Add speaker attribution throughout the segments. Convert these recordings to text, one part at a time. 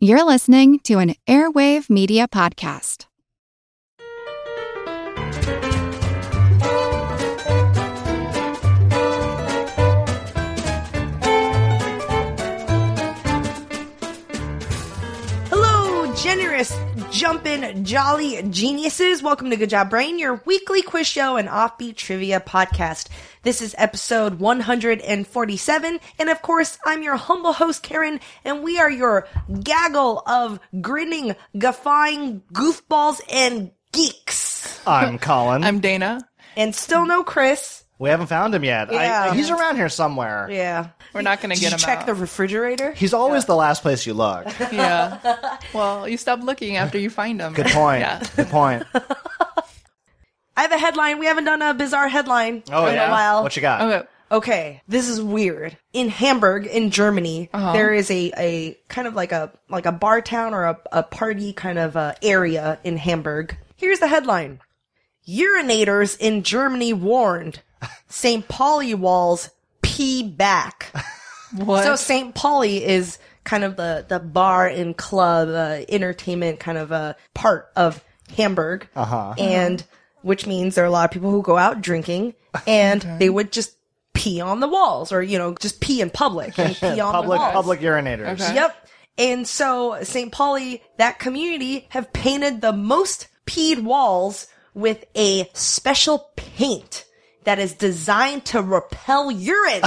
Speaker 1: You're listening to an Airwave Media Podcast.
Speaker 2: Hello, generous, jumpin', jolly geniuses. Welcome to Good Job Brain, your weekly quiz show and offbeat trivia podcast. This is episode 147, and of course, I'm your humble host, Karen, and we are your gaggle of grinning, guffawing goofballs and geeks.
Speaker 3: I'm Colin.
Speaker 4: I'm Dana.
Speaker 2: And still no Chris.
Speaker 3: we haven't found him yet.
Speaker 2: Yeah.
Speaker 3: I, he's around here somewhere.
Speaker 2: Yeah.
Speaker 4: We're not going to
Speaker 2: Did
Speaker 4: get
Speaker 2: you
Speaker 4: him
Speaker 2: check
Speaker 4: out.
Speaker 2: the refrigerator?
Speaker 3: He's always the last place you look.
Speaker 4: yeah. Well, you stop looking after you find him.
Speaker 3: Good point.
Speaker 4: yeah.
Speaker 3: Good point. Oh,
Speaker 2: I have a headline. We haven't done a bizarre headline
Speaker 3: Oh
Speaker 2: in
Speaker 3: yeah.
Speaker 2: a while.
Speaker 3: What you got?
Speaker 4: Okay.
Speaker 2: Okay, this is weird. In Hamburg, in Germany, there is a, a kind of like a like a bar town or a, a party kind of uh, area in Hamburg. Here's the headline: Urinators in Germany warned. St. Pauli walls pee back.
Speaker 4: What?
Speaker 2: So St. Pauli is kind of the the bar and club uh, entertainment kind of a part of Hamburg, uh-huh. and which means there are a lot of people who go out drinking and they would just pee on the walls or you know just pee in public and pee on
Speaker 3: Public
Speaker 2: the walls.
Speaker 3: public urinators.
Speaker 4: Okay.
Speaker 2: Yep. And so St. Pauli, that community, have painted the most peed walls with a special paint that is designed to repel urine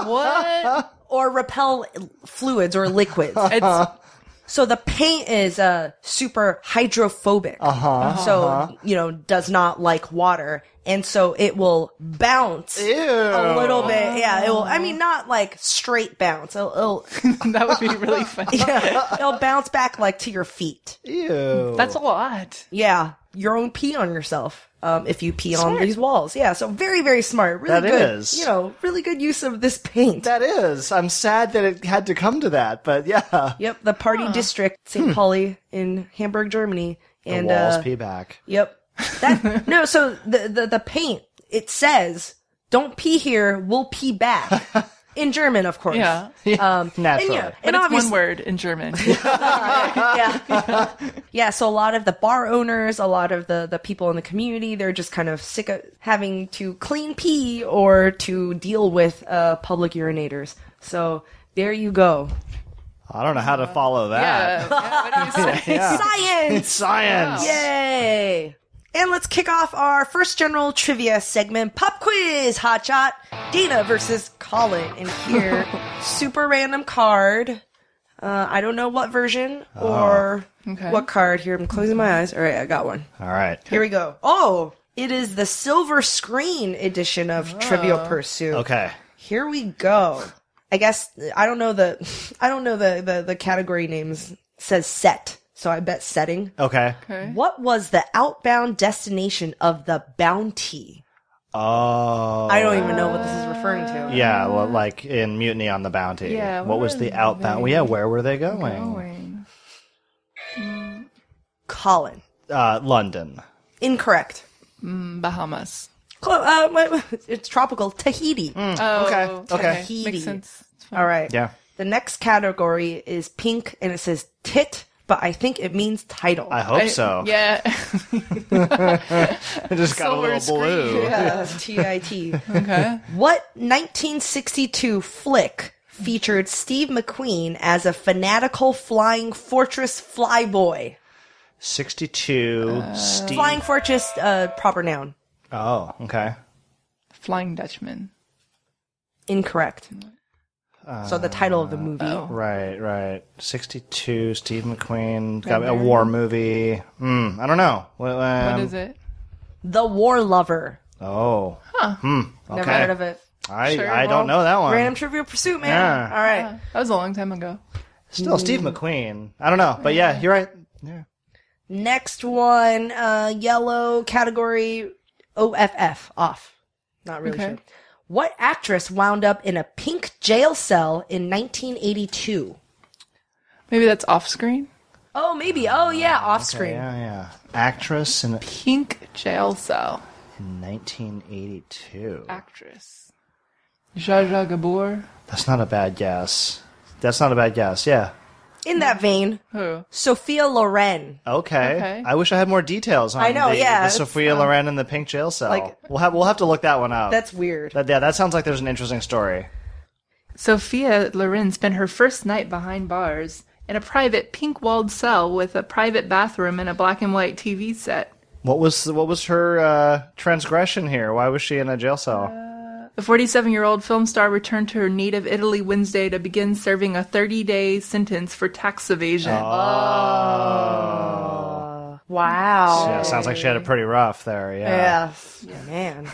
Speaker 4: what?
Speaker 2: or repel fluids or liquids.
Speaker 4: It's
Speaker 2: So the paint is uh, super hydrophobic. Uh-huh. So, you know, does not like water. And so it will bounce a little bit. Yeah, it will. I mean, not like straight bounce. It'll, it'll,
Speaker 4: that would be really funny.
Speaker 2: yeah, it'll bounce back like to your feet.
Speaker 3: Ew.
Speaker 4: That's a lot.
Speaker 2: Yeah, your own pee on yourself. Um, if you pee on these walls, yeah. So very, very smart. Really
Speaker 3: That
Speaker 2: good.
Speaker 3: is.
Speaker 2: You know, really good use of this paint.
Speaker 3: that is. I'm sad that it had to come to that, but yeah.
Speaker 2: yep, the party district, St. Pauli in Hamburg, Germany, and
Speaker 3: Hmm. the walls
Speaker 2: uh,
Speaker 3: pee back.
Speaker 2: Yep. That no, so the, the the paint it says, "Don't pee here, we'll pee back." In German, of course.
Speaker 4: Yeah.
Speaker 2: Um, and
Speaker 3: Naturally.
Speaker 2: yeah,
Speaker 4: But
Speaker 2: and
Speaker 4: it's
Speaker 2: obviously,
Speaker 4: one word in German.
Speaker 2: yeah. yeah, so a lot of the bar owners, a lot of the the people in the community, they're just kind of sick of having to clean pee or to deal with uh public urinators. So there you go.
Speaker 3: I don't know how to follow that.
Speaker 4: yeah. yeah, What do you say?
Speaker 2: Science.
Speaker 3: Science.
Speaker 2: Yay! And let's kick off our first general trivia segment pop quiz hotshot Dana versus Colin. And here, super random card. Uh, I don't know what version or
Speaker 4: Okay.
Speaker 2: what card. Here, I'm closing my eyes. All right, I got one.
Speaker 3: All right.
Speaker 2: Here we go. Oh, it is the silver screen edition of Trivial Pursuit.
Speaker 3: Okay.
Speaker 2: Here we go. I guess I don't know the I don't know the the, the category names. It says set, so I bet setting.
Speaker 3: Okay.
Speaker 4: Okay.
Speaker 2: What was the outbound destination of the bounty?
Speaker 3: Oh.
Speaker 2: I don't even know what this is referring to.
Speaker 3: Yeah, well, like in Mutiny on the Bounty.
Speaker 4: Yeah,
Speaker 3: What
Speaker 4: where
Speaker 3: was the
Speaker 4: were
Speaker 3: outbound? Well, yeah, where were they going?
Speaker 4: Going.
Speaker 2: Colin.
Speaker 3: Uh, London.
Speaker 2: Incorrect.
Speaker 4: Mm, Bahamas.
Speaker 2: Clo- uh, my- it's tropical. Tahiti.
Speaker 4: Oh,
Speaker 3: okay, okay.
Speaker 2: Tahiti.
Speaker 4: Makes sense.
Speaker 2: All right.
Speaker 3: Mm. Yeah.
Speaker 2: The next category is pink and it says tit, but I think it means title.
Speaker 3: I hope
Speaker 4: I-
Speaker 3: so.
Speaker 4: Yeah.
Speaker 3: It just got a
Speaker 4: Silver
Speaker 3: little
Speaker 4: screen.
Speaker 3: blue.
Speaker 2: yeah, T I T.
Speaker 4: okay.
Speaker 2: What 1962 flick featured Steve McQueen as a fanatical flying fortress flyboy?
Speaker 3: 62 Steve.
Speaker 2: Flying fortress, uh, proper noun.
Speaker 3: Oh, okay.
Speaker 4: Flying Dutchman.
Speaker 2: Incorrect. so the title
Speaker 3: Uh,
Speaker 2: of the movie.
Speaker 3: oh. Right, right. 62 Steve McQueen. Got a war movie. Mm, I don't know. What, um,
Speaker 4: Oh, what is it?
Speaker 2: The War Lover.
Speaker 3: Oh. Hmm.
Speaker 2: Never
Speaker 3: Okay.
Speaker 2: heard of it.
Speaker 3: I,
Speaker 4: Sure,
Speaker 3: I don't
Speaker 4: well,
Speaker 3: know that one.
Speaker 2: Random Trivial Pursuit, man.
Speaker 3: Yeah.
Speaker 2: All right.
Speaker 4: Yeah, that was a long time ago.
Speaker 3: Still Steve McQueen. I don't know. But yeah, you're right. Yeah.
Speaker 2: Next one, uh, yellow category OFF, off. Not really
Speaker 4: Okay.
Speaker 2: sure. What actress wound up in a pink jail cell in 1982?
Speaker 4: Maybe that's off screen.
Speaker 2: Oh, maybe. Oh, yeah, off screen.
Speaker 3: Uh, Yeah, yeah. Actress in
Speaker 4: Pink jail cell.
Speaker 3: 1982.
Speaker 4: Actress. Zsa Zsa Gabor.
Speaker 3: That's not a bad guess. That's not a bad guess. Yeah.
Speaker 2: In that vein,
Speaker 4: Who?
Speaker 2: Sophia Loren.
Speaker 3: Okay.
Speaker 4: Okay.
Speaker 3: I wish I had more details on
Speaker 2: I know,
Speaker 3: the,
Speaker 2: yeah,
Speaker 3: the
Speaker 2: it's,
Speaker 3: Sophia Loren and the pink jail cell.
Speaker 2: like-
Speaker 3: we'll have we'll have to look that one up.
Speaker 2: That's weird.
Speaker 3: Uh, that, yeah, that sounds like there's an interesting story.
Speaker 4: Sophia Loren spent her first night behind bars in a private pink walled cell with a private bathroom and a black and white TV set.
Speaker 3: What was what was her uh, transgression here? Why was she in a jail cell?
Speaker 4: The 47 year old film star returned to her native Italy Wednesday to begin serving a 30 day sentence for tax evasion.
Speaker 2: Oh. Uh, Wow.
Speaker 3: yeah, sounds like she had it pretty rough there. Yeah.
Speaker 2: Yeah. Man.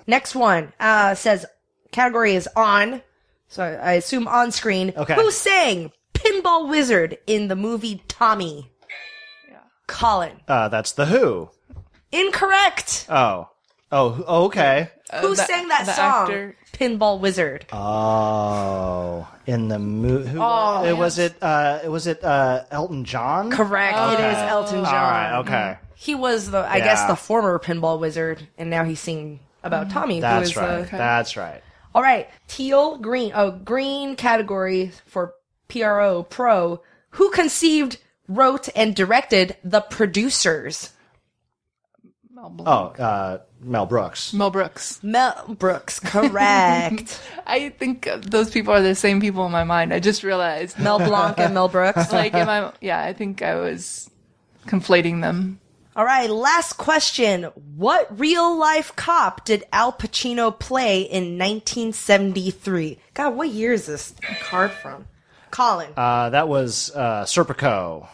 Speaker 2: Next one uh, says category is on. So I I assume on screen.
Speaker 3: Okay.
Speaker 2: Who sang Pinball Wizard in the movie Tommy? Colin.
Speaker 3: Uh, that's the Who.
Speaker 2: Incorrect.
Speaker 3: Oh. Oh. who- oh, Okay.
Speaker 2: Who
Speaker 4: Uh, the-
Speaker 2: sang that
Speaker 4: the
Speaker 2: song?
Speaker 4: actor-
Speaker 2: Pinball Wizard.
Speaker 3: Oh. In the movie. Who,
Speaker 2: Oh.
Speaker 3: it was it. Uh, it was it. Uh, Elton John.
Speaker 2: Correct. It is Elton John.
Speaker 3: All right. Okay.
Speaker 2: He was the, I guess,
Speaker 3: Yeah. Mm-hmm.
Speaker 2: the former Pinball Wizard, and now he's singing about Tommy. who
Speaker 3: That's
Speaker 2: is uh, the-
Speaker 3: right. That's right.
Speaker 2: All right, teal green. Oh, green category for PRO pro. Who conceived, wrote, and directed the producers?
Speaker 4: Mel, Bl-
Speaker 3: Oh, uh, Mel Brooks.
Speaker 4: Mel Brooks.
Speaker 2: Mel Brooks. Correct.
Speaker 4: I think uh, those people are the same people in my mind. I just realized.
Speaker 2: Mel Blanc and Mel Brooks.
Speaker 4: like, am I? Yeah, I think I was conflating them.
Speaker 2: All right, last question. What real life cop did Al Pacino play in 1973? God, what year is this card from? Colin.
Speaker 3: Uh, that was uh, Serpico.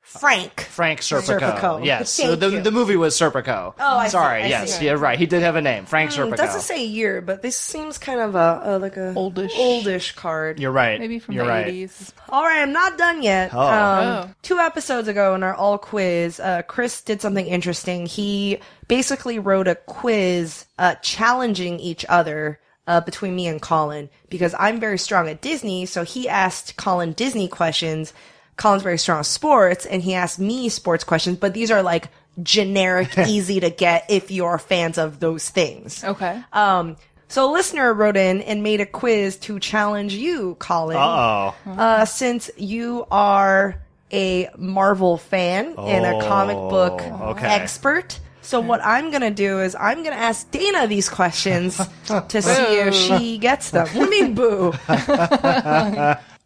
Speaker 2: Frank.
Speaker 3: Frank Serpico.
Speaker 2: Serpico.
Speaker 3: Yes.
Speaker 2: Thank
Speaker 3: the,
Speaker 2: you.
Speaker 3: the movie was Serpico. Oh,
Speaker 2: I see,
Speaker 3: Sorry.
Speaker 2: I see.
Speaker 3: yes. Yeah, right. He did have a name. Frank
Speaker 2: Hmm,
Speaker 3: Serpico.
Speaker 2: It doesn't say year, but this seems kind of a, a like a
Speaker 4: Oldish.
Speaker 2: oldish card.
Speaker 3: You're right.
Speaker 4: Maybe from
Speaker 3: You're
Speaker 4: the
Speaker 3: right.
Speaker 4: 80s.
Speaker 2: All right, I'm not done yet.
Speaker 3: Oh.
Speaker 2: Um,
Speaker 4: Oh.
Speaker 2: Two episodes ago in our all quiz, uh, Chris did something interesting. He basically wrote a quiz uh, challenging each other uh, between me and Colin because I'm very strong at Disney. So he asked Colin Disney questions. Colin's very strong at sports, and he asked me sports questions, but these are like generic, easy to get if you're fans of those things.
Speaker 4: Okay.
Speaker 2: Um, so a listener wrote in and made a quiz to challenge you, Colin.
Speaker 3: Oh.
Speaker 2: Uh, since you are a Marvel fan and a comic book
Speaker 3: Oh, okay.
Speaker 2: expert. So what I'm gonna do is I'm gonna ask Dana these questions to see if she gets them. What do you mean, boo?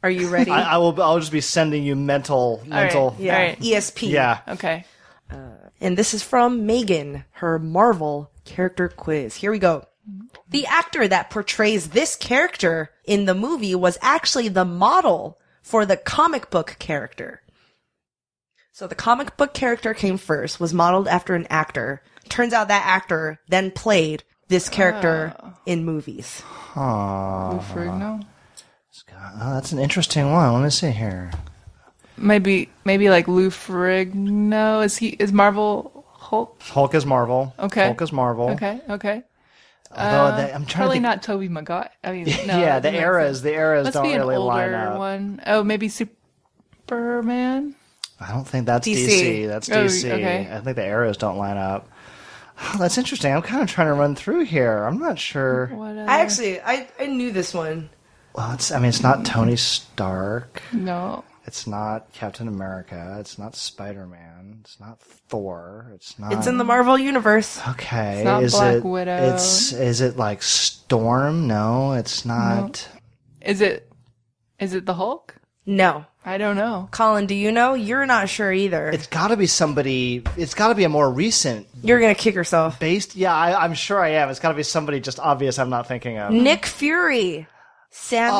Speaker 2: are you ready?
Speaker 3: I, I will. I'll just be sending you mental. Mental.
Speaker 4: Yeah. All right.
Speaker 2: ESP.
Speaker 3: Yeah.
Speaker 4: Okay.
Speaker 2: And this is from Megan, her Marvel character quiz. Here we go. The actor that portrays this character in the movie was actually the model for the comic book character. So the comic book character came first, was modeled after an actor. Turns out that actor then played this character in movies.
Speaker 4: Lou Ferrigno?
Speaker 3: Oh, that's an interesting one. Let me see here.
Speaker 4: Maybe, maybe like Lou Ferrigno. Is he? Is Marvel Hulk?
Speaker 3: Hulk is Marvel.
Speaker 4: Okay.
Speaker 3: Hulk is Marvel.
Speaker 4: Okay. Okay.
Speaker 3: Although they- I'm trying
Speaker 4: Probably
Speaker 3: to think.
Speaker 4: not Toby Maguire. I mean, no,
Speaker 3: yeah,
Speaker 4: that
Speaker 3: the
Speaker 4: doesn't make
Speaker 3: eras.
Speaker 4: sense.
Speaker 3: The eras
Speaker 4: Must
Speaker 3: don't
Speaker 4: be an
Speaker 3: really line
Speaker 4: older
Speaker 3: up.
Speaker 4: one. Oh, maybe Superman.
Speaker 3: I don't think that's
Speaker 2: DC.
Speaker 3: DC. That's
Speaker 4: Oh,
Speaker 3: DC.
Speaker 4: okay.
Speaker 3: I think the arrows don't line up. Oh, that's interesting. I'm kind of trying to run through here. I'm not sure.
Speaker 4: What? Uh,
Speaker 2: I actually, I, I knew this one.
Speaker 3: Well, it's, I mean, it's not Tony Stark.
Speaker 4: no.
Speaker 3: It's not Captain America. It's not Spider Man. It's not Thor. It's not.
Speaker 2: It's in the Marvel universe.
Speaker 3: Okay.
Speaker 4: It's not
Speaker 3: is
Speaker 4: Black
Speaker 3: it,
Speaker 4: Widow.
Speaker 3: It's is it like Storm? No, it's not.
Speaker 4: Is it? Is it the Hulk?
Speaker 2: No.
Speaker 4: I don't know.
Speaker 2: Colin, do you know? You're not sure either.
Speaker 3: It's got to be somebody. It's got to be a more recent
Speaker 2: You're gonna kick yourself.
Speaker 3: based. Yeah, I, I'm sure I am. It's got to be somebody just obvious. I'm not thinking of.
Speaker 2: Nick Fury, Samuel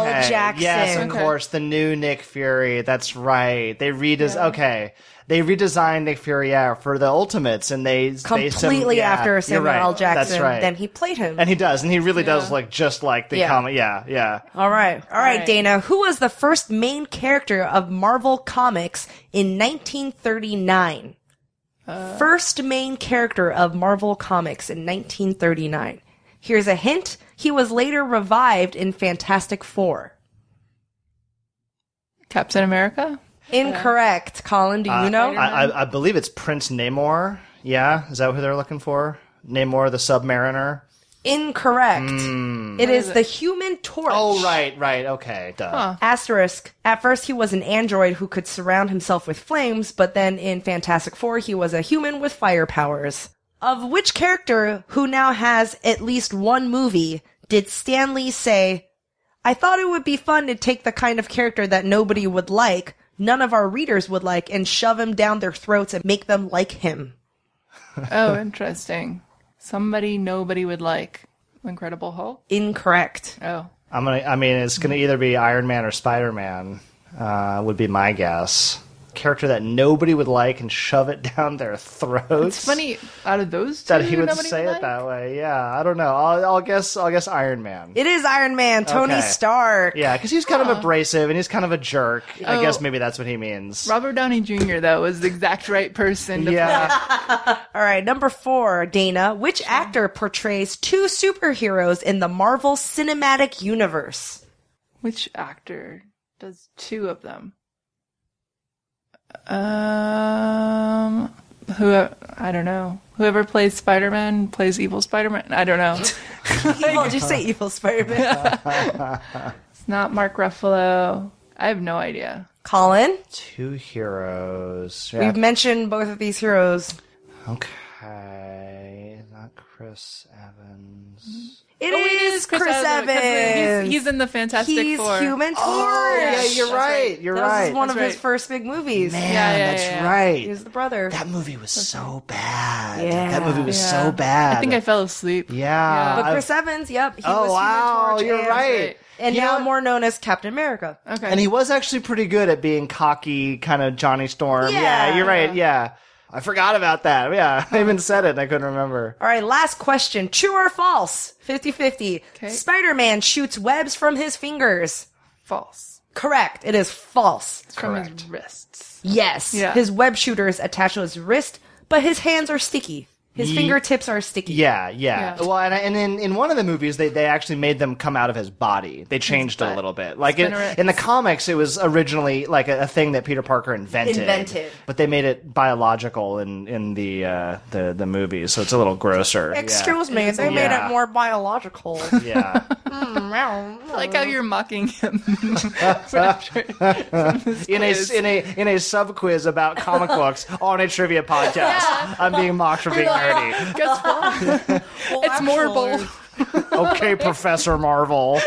Speaker 2: L.
Speaker 3: okay.
Speaker 2: Jackson.
Speaker 3: Yes, of
Speaker 4: Okay.
Speaker 3: course, the new Nick Fury. That's right. They redes okay. They redesigned Nick Fury yeah, for the Ultimates, and they based him-
Speaker 2: Completely
Speaker 3: yeah,
Speaker 2: after
Speaker 3: you're
Speaker 2: Samuel
Speaker 3: right.
Speaker 2: L. Jackson.
Speaker 3: That's right.
Speaker 2: Then he played him.
Speaker 3: and he does, and he really does
Speaker 4: Yeah.
Speaker 3: look just like the
Speaker 2: Yeah.
Speaker 3: comic. Yeah, yeah.
Speaker 2: all right. All right,
Speaker 4: right.
Speaker 2: Dana. Who was the first main character of Marvel Comics in 1939? first main character of Marvel Comics in 1939. Here's a hint. He was later revived in Fantastic Four.
Speaker 4: Captain America.
Speaker 2: Uh, Incorrect. Colin, do you know?
Speaker 3: uh, I, I, I believe it's Prince Namor. Yeah, is that who they're looking for? Namor the Submariner.
Speaker 2: Incorrect. it is the Human Torch.
Speaker 3: hmm. Oh, right, right. Okay, duh.
Speaker 2: Asterisk. At first, he was an android who could surround himself with flames, but then in Fantastic Four, he was a human with fire powers. Of which character, who now has at least one movie, did Stan Lee say, I thought it would be fun to take the kind of character that nobody would like, none of our readers would like, and shove him down their throats and make them like him?
Speaker 4: Oh, interesting. Somebody nobody would like. Incredible Hulk?
Speaker 2: Incorrect.
Speaker 4: Oh.
Speaker 3: I'm gonna. I mean, it's gonna either be Iron Man or Spider Man. Uh, would be my guess. Character that nobody would like and shove it down their throats.
Speaker 4: It's funny, out of those two,
Speaker 3: that he would
Speaker 4: nobody
Speaker 3: say it
Speaker 4: would like?
Speaker 3: that way. Yeah, I don't know. I'll, I'll guess. I'll guess Iron Man.
Speaker 2: It is Iron Man, Tony
Speaker 3: Okay.
Speaker 2: Stark.
Speaker 3: yeah, because he's kind of abrasive and he's kind of a jerk. I
Speaker 4: Oh.
Speaker 3: guess maybe that's what he means.
Speaker 4: Robert Downey Jr., though, was the exact right person to
Speaker 3: yeah,
Speaker 2: All right, number four, Dana. Which actor portrays two superheroes in the Marvel Cinematic Universe?
Speaker 4: Which actor does two of them? Um, who I don't know. Whoever plays Spider Man plays evil Spider Man. I don't know. Oh,
Speaker 2: Evil, did you say Evil Spider-Man?
Speaker 4: it's not Mark Ruffalo. I have no idea.
Speaker 2: Colin,
Speaker 3: two heroes. Yeah.
Speaker 2: we've mentioned both of these heroes.
Speaker 3: okay, not Chris Evans.
Speaker 4: Oh, it is Chris, Evans. 'cause
Speaker 2: Evans.
Speaker 4: He's, he's in the Fantastic
Speaker 2: He's
Speaker 4: Four.
Speaker 2: Human Torch.
Speaker 3: Oh, yeah, you're right. You're
Speaker 2: That
Speaker 3: right.
Speaker 2: was one
Speaker 4: That's
Speaker 2: of his
Speaker 4: right.
Speaker 2: first big movies.
Speaker 3: Man,
Speaker 4: Yeah, yeah,
Speaker 3: that's
Speaker 4: yeah, yeah.
Speaker 2: He
Speaker 3: right.
Speaker 2: was the brother.
Speaker 3: That movie was so bad.
Speaker 2: Yeah.
Speaker 3: That movie was
Speaker 4: Yeah.
Speaker 3: so bad.
Speaker 4: I think I fell asleep.
Speaker 3: Yeah.
Speaker 4: Yeah.
Speaker 2: but
Speaker 3: I-
Speaker 2: Chris Evans, yep. He was
Speaker 3: oh wow,
Speaker 2: Human Torch
Speaker 3: you're
Speaker 2: and-
Speaker 3: right.
Speaker 2: And
Speaker 3: You
Speaker 2: now
Speaker 3: know-
Speaker 2: more known as Captain America.
Speaker 4: Okay.
Speaker 3: And he was actually pretty good at being cocky, kind of Johnny Storm. Yeah,
Speaker 2: Yeah.
Speaker 3: you're right. Yeah. I forgot about that. Yeah. I even said it and I couldn't remember.
Speaker 2: All right, last question. True or false? 50 50.
Speaker 4: Okay.
Speaker 2: Spider Man shoots webs from his fingers.
Speaker 4: false.
Speaker 2: Correct. It is false.
Speaker 4: It's from his wrists.
Speaker 2: Yes.
Speaker 4: Yeah.
Speaker 2: His web shooter is attached to his wrist, but his hands are sticky. His fingertips are sticky.
Speaker 3: Yeah, yeah.
Speaker 4: Yeah.
Speaker 3: Well, and, and in, in one of the movies, they, they actually made them come out of his body. They changed it a
Speaker 4: butt.
Speaker 3: little bit. Like in,
Speaker 4: Spinnerets.
Speaker 3: in the comics, it was originally like a, a thing that Peter Parker invented.
Speaker 2: Invented.
Speaker 3: But they made it biological in, in the, uh, the, the movies, so it's a little grosser. Yeah.
Speaker 2: Excuse me, they made
Speaker 3: Yeah.
Speaker 2: it more biological.
Speaker 3: Yeah.
Speaker 4: I like how you're mocking him.
Speaker 3: in a
Speaker 4: quiz.
Speaker 3: in a in a sub quiz about comic books on a trivia podcast. I'm being mocked for being nerdy.
Speaker 4: Guess what? it's more bold.
Speaker 3: Okay, Professor Marvel.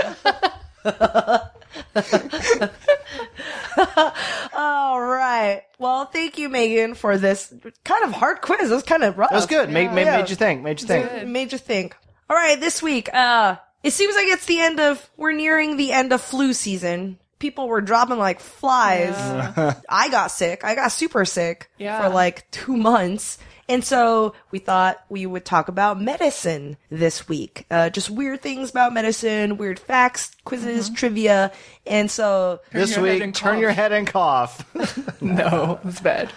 Speaker 2: All right. Well, thank you, Megan, for this kind of hard quiz. It was kind of rough.
Speaker 3: That was good. Made, made,
Speaker 2: Yeah.
Speaker 3: made you think. Made you think.
Speaker 2: Made you think. All right, this week, uh, it seems like it's the end of, we're nearing the end of flu season. People were dropping like flies. I got sick. I got super sick
Speaker 4: Yeah.
Speaker 2: for like two months. And so we thought we would talk about medicine this week. Uh, just weird things about medicine, weird facts, quizzes,
Speaker 4: Mm-hmm.
Speaker 2: trivia. And so
Speaker 3: This
Speaker 4: your head
Speaker 3: week,
Speaker 4: and
Speaker 3: turn
Speaker 4: cough.
Speaker 3: your head and cough.
Speaker 4: No, it's bad.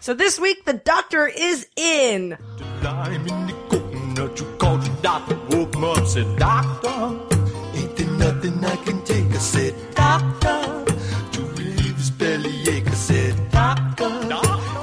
Speaker 2: So this week the doctor is in.
Speaker 5: Lime in the coconut, you called your doctor, woke him up, said, Doctor, ain't there nothing I can take? I said, Doctor, to relieve his bellyache. I said, Doctor,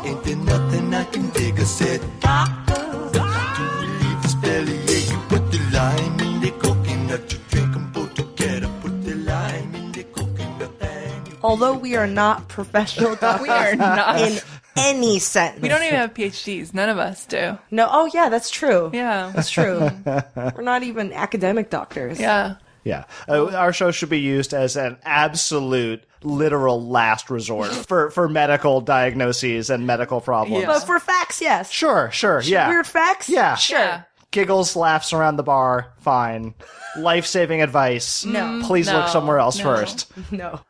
Speaker 5: ain't there nothing I can take? I said, Doctor, to relieve his bellyache. You put the lime in the coconut, you drink 'em both together, put the lime in the coconut, and you
Speaker 2: Although we are not professional
Speaker 4: We
Speaker 2: doctors
Speaker 4: are not.
Speaker 2: in any sense.
Speaker 4: we don't even have PhDs. None of us do.
Speaker 2: No. Oh yeah, that's true.
Speaker 4: Yeah.
Speaker 2: That's true. We're not even academic doctors.
Speaker 4: Yeah.
Speaker 3: Yeah, uh, our show should be used as an absolute, literal last resort for for medical diagnoses and medical problems.
Speaker 4: Yeah.
Speaker 2: But for facts, yes.
Speaker 3: Sure, sure, yeah.
Speaker 2: Weird facts?
Speaker 3: Yeah.
Speaker 2: Sure.
Speaker 4: Yeah.
Speaker 3: Giggles, laughs around the bar. Fine. Life saving advice.
Speaker 2: No.
Speaker 3: Please look
Speaker 4: No.
Speaker 3: somewhere else
Speaker 4: No.
Speaker 3: first.
Speaker 2: No.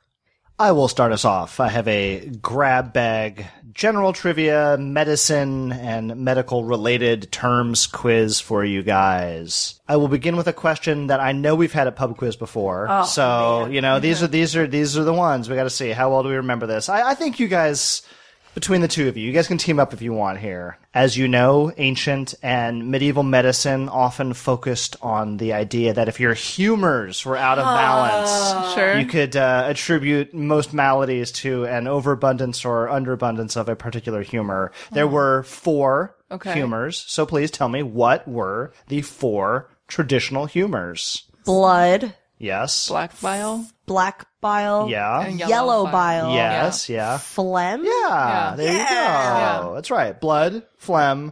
Speaker 3: I will start us off. I have a grab bag general trivia, medicine, and medical related terms quiz for you guys. I will begin with a question that I know we've had a pub quiz before. so, you know, these are these are these are the ones. We gotta see. How well do we remember this? I, I think you guys between the two of you. You guys can team up if you want here. As you know, ancient and medieval medicine often focused on the idea that if your humors were out of balance,
Speaker 4: Sure.
Speaker 3: you could uh, attribute most maladies to an overabundance or underabundance of a particular humor. There were four
Speaker 4: Hmm. Okay.
Speaker 3: humors. So please tell me what were the four traditional humors?
Speaker 2: Blood,
Speaker 3: Yes.
Speaker 4: Black bile.
Speaker 2: black bile,
Speaker 3: Yeah.
Speaker 4: And
Speaker 2: yellow,
Speaker 4: yellow
Speaker 2: bile,
Speaker 4: bile.
Speaker 3: Yes. Yeah.
Speaker 2: phlegm,
Speaker 3: Yeah.
Speaker 4: Yeah.
Speaker 3: There you go.
Speaker 2: Yeah.
Speaker 3: That's right. Blood, phlegm,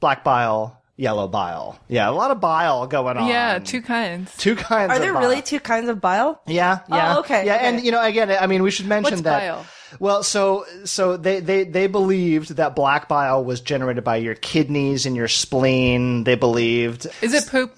Speaker 3: black bile, yellow bile. Yeah. A lot of bile going on.
Speaker 4: Yeah, two kinds.
Speaker 3: Two kinds.
Speaker 2: Are
Speaker 3: of
Speaker 2: there
Speaker 3: bile.
Speaker 2: really two kinds of bile?
Speaker 3: Yeah, yeah.
Speaker 2: okay,
Speaker 3: Yeah,
Speaker 2: okay.
Speaker 3: and you know, again, I mean, we should mention
Speaker 4: What's
Speaker 3: that.
Speaker 4: bile?
Speaker 3: Well, so so they, they they believed that black bile was generated by your kidneys and your spleen. They believed
Speaker 4: Is it poop?